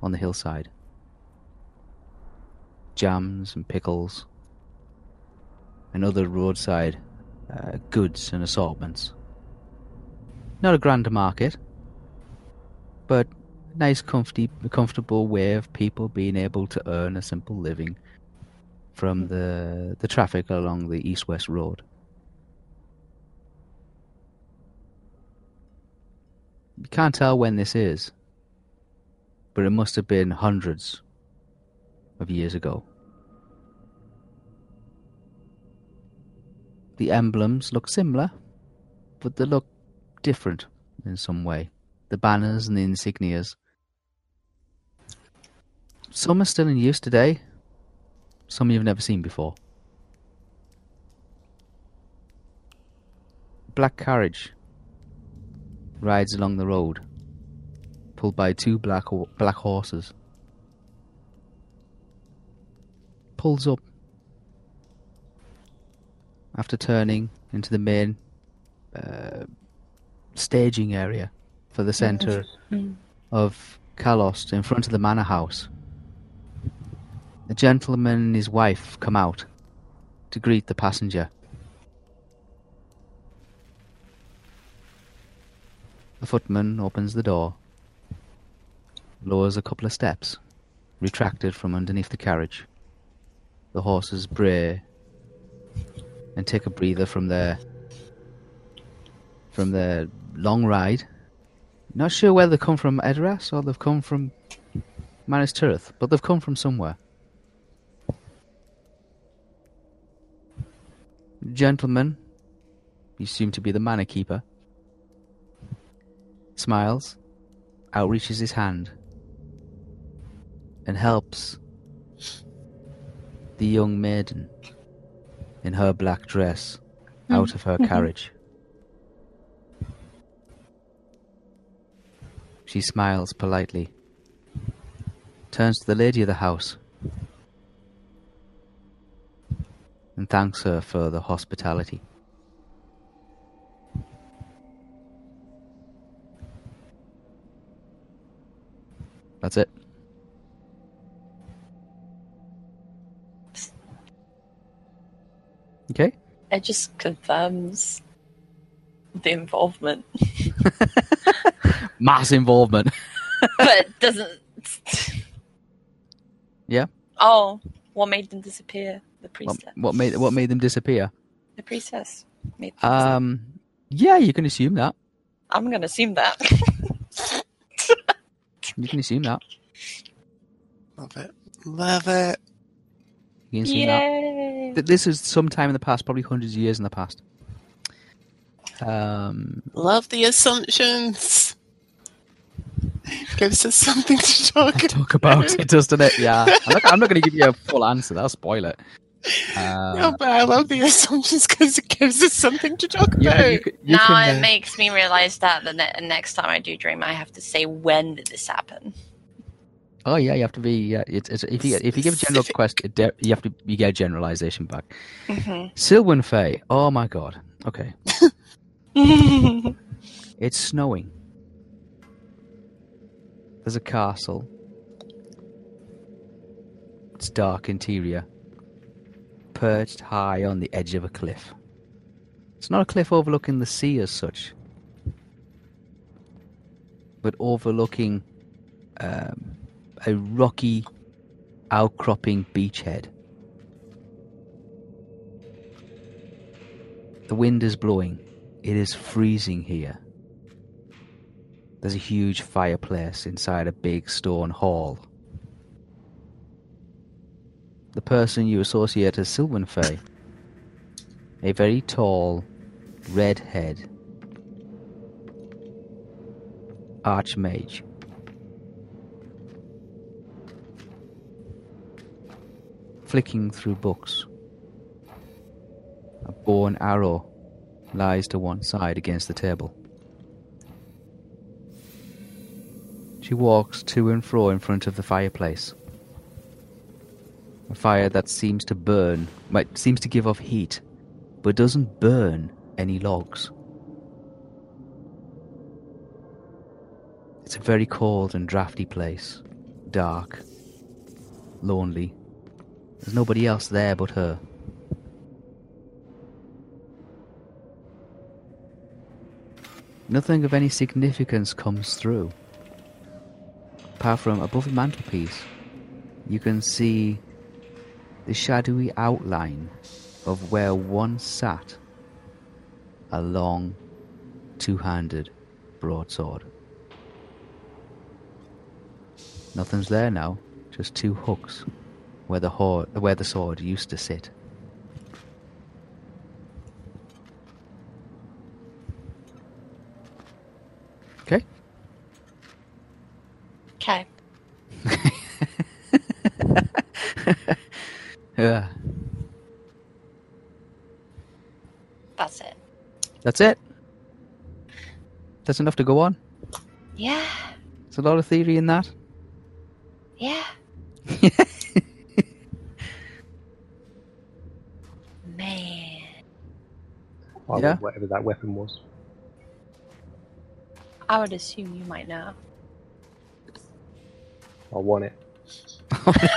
Speaker 1: on the hillside. Jams and pickles, and other roadside uh, goods and assortments. Not a grand market, but nice, comfy, comfortable way of people being able to earn a simple living from the the traffic along the east-west road. You can't tell when this is, but it must have been hundreds of years ago. The emblems look similar, but they look different in some way. The banners and the insignias. Some are still in use today, some you've never seen before. Black carriage rides along the road, pulled by two black ho- black horses. Pulls up after turning into the main uh, staging area for the center of Kalos in front of the manor house. A gentleman and his wife come out to greet the passenger. The footman opens the door, lowers a couple of steps, retracted from underneath the carriage. The horses bray and take a breather from their from their long ride. Not sure whether they've come from Edoras or they've come from Manus Tirith, but they've come from somewhere. Gentleman, you seem to be the manor keeper, smiles, outreaches his hand, and helps the young maiden in her black dress out of her carriage. She smiles politely, turns to the lady of the house, and thanks her for the hospitality. That's it. Okay.
Speaker 3: It just confirms the involvement,
Speaker 1: Mass involvement.
Speaker 3: but it doesn't.
Speaker 1: Yeah.
Speaker 3: Oh, what made them disappear? The
Speaker 1: What,
Speaker 3: priestess.
Speaker 1: what made what made them disappear?
Speaker 3: the priestess? Made them disappear.
Speaker 1: Um, yeah, you can assume that.
Speaker 3: I'm gonna assume that.
Speaker 1: You can assume that.
Speaker 5: Love it. Love it.
Speaker 1: You can assume that.
Speaker 3: Yay!
Speaker 1: Th- This is sometime in the past, probably hundreds of years in the past. Um,
Speaker 5: Love the assumptions. Gives us something to talk about.
Speaker 1: talk about it, doesn't it? Yeah, I'm not, I'm not going to give you a full answer. That'll spoil it. Um,
Speaker 5: No, but I love the assumptions because it gives us something to talk
Speaker 1: you
Speaker 5: about.
Speaker 1: can- you can- you
Speaker 3: now
Speaker 1: can,
Speaker 3: it
Speaker 1: uh,
Speaker 3: makes me realize that the ne- next time I do dream, I have to say when did this happen.
Speaker 1: Oh yeah, you have to be. Uh, it's, it's, if you if you give a general
Speaker 5: Specific.
Speaker 1: quest, it de- you have to you get a generalization back.
Speaker 3: hmm
Speaker 1: Sylwan Fay. Oh my god. Okay,
Speaker 3: oh
Speaker 1: it's snowing. There's a castle. It's dark interior, perched high on the edge of a cliff. It's not a cliff overlooking the sea as such, but overlooking um, a rocky outcropping beachhead. The wind is blowing. It is freezing here. There's a huge fireplace inside a big stone hall. The person you associate as Sylvan Fay, a very tall, red head archmage. Flicking through books. A born arrow lies to one side against the table. She walks to and fro in front of the fireplace. A fire that seems to burn, might seems to give off heat, but doesn't burn any logs. It's a very cold and drafty place. Dark. Lonely. There's nobody else there but her. Nothing of any significance comes through. Apart from above the mantelpiece, you can see the shadowy outline of where one sat a long, two handed broadsword. Nothing's there now, just two hooks where the, hor- where the sword used to sit. Okay.
Speaker 3: Okay.
Speaker 1: Yeah.
Speaker 3: That's it.
Speaker 1: That's it. That's enough to go on.
Speaker 3: Yeah.
Speaker 1: There's a lot of theory in that.
Speaker 3: Yeah. Man.
Speaker 4: I
Speaker 1: Yeah.
Speaker 4: want Whatever that weapon was.
Speaker 3: I would assume you might know.
Speaker 4: I want it.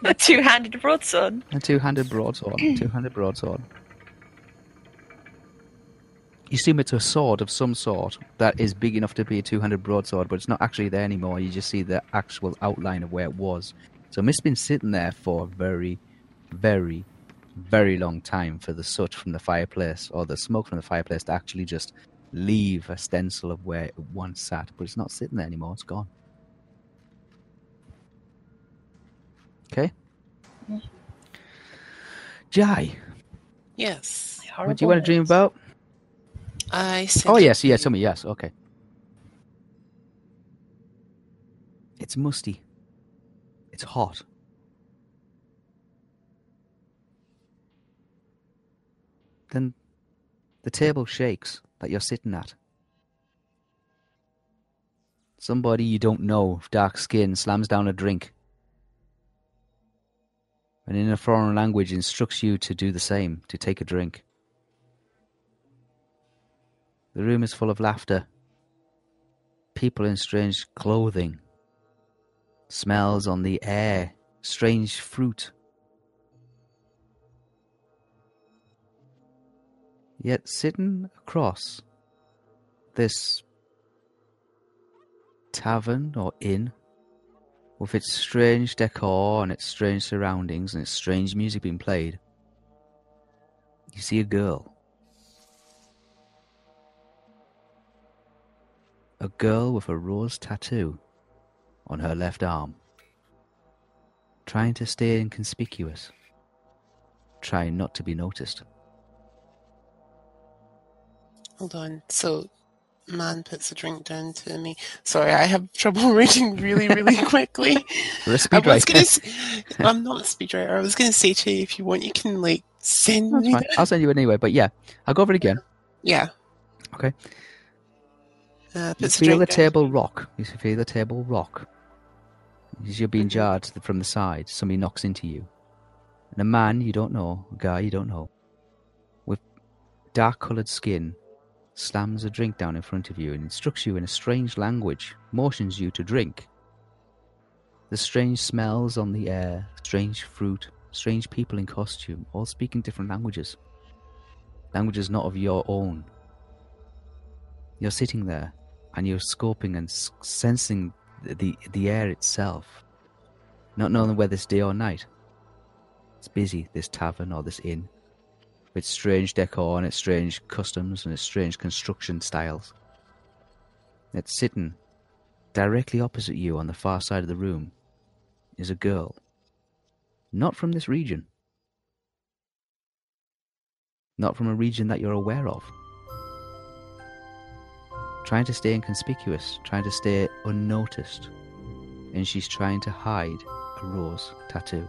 Speaker 3: The two handed broadsword.
Speaker 1: A two-handed broadsword. two-handed broadsword. You assume it's a sword of some sort that is big enough to be a two-handed broadsword, but it's not actually there anymore. You just see the actual outline of where it was. So it must have been sitting there for a very, very, very long time for the soot from the fireplace or the smoke from the fireplace to actually just leave a stencil of where it once sat. But it's not sitting there anymore. It's gone. Okay. Jai.
Speaker 5: Yes.
Speaker 1: What do you want to dream about?
Speaker 5: I said.
Speaker 1: Oh yes, yes, tell me yes. Okay. It's musty. It's hot. Then the table shakes that you're sitting at. Somebody you don't know, with dark skin, slams down a drink. And in a foreign language instructs you to do the same, to take a drink. The room is full of laughter. People in strange clothing. Smells on the air. Strange fruit. Yet sitting across this tavern or inn with its strange decor and its strange surroundings and its strange music being played, you see a girl. a girl with a rose tattoo on her left arm, trying to stay inconspicuous, trying not to be noticed.
Speaker 5: Hold on. So, man puts a drink down to me. Sorry, I have trouble reading really, really quickly.
Speaker 1: We're a
Speaker 5: I
Speaker 1: speedwriter.
Speaker 5: was gonna. s- I'm not a speedwriter. I was gonna say to you, if you want, you can like send
Speaker 1: That's
Speaker 5: me.
Speaker 1: fine.
Speaker 5: the-
Speaker 1: I'll send you it anyway, but yeah, I'll go over it again.
Speaker 5: Yeah.
Speaker 1: Okay.
Speaker 5: Uh,
Speaker 1: You
Speaker 5: puts a
Speaker 1: feel the
Speaker 5: drink down.
Speaker 1: table rock. You feel the table rock. As you're being jarred to the- from the side, somebody knocks into you. And a man you don't know, a guy you don't know, with dark coloured skin, slams a drink down in front of you and instructs you in a strange language, motions you to drink. The strange smells on the air, strange fruit, strange people in costume, all speaking different languages. Languages not of your own. You're sitting there, and you're scoping and s- sensing th- the the air itself, not knowing whether it's day or night. It's busy, this tavern or this inn, with strange decor and its strange customs and its strange construction styles. It's sitting directly opposite you on the far side of the room is a girl, not from this region, not from a region that you're aware of trying to stay inconspicuous, trying to stay unnoticed, and she's trying to hide a rose tattoo.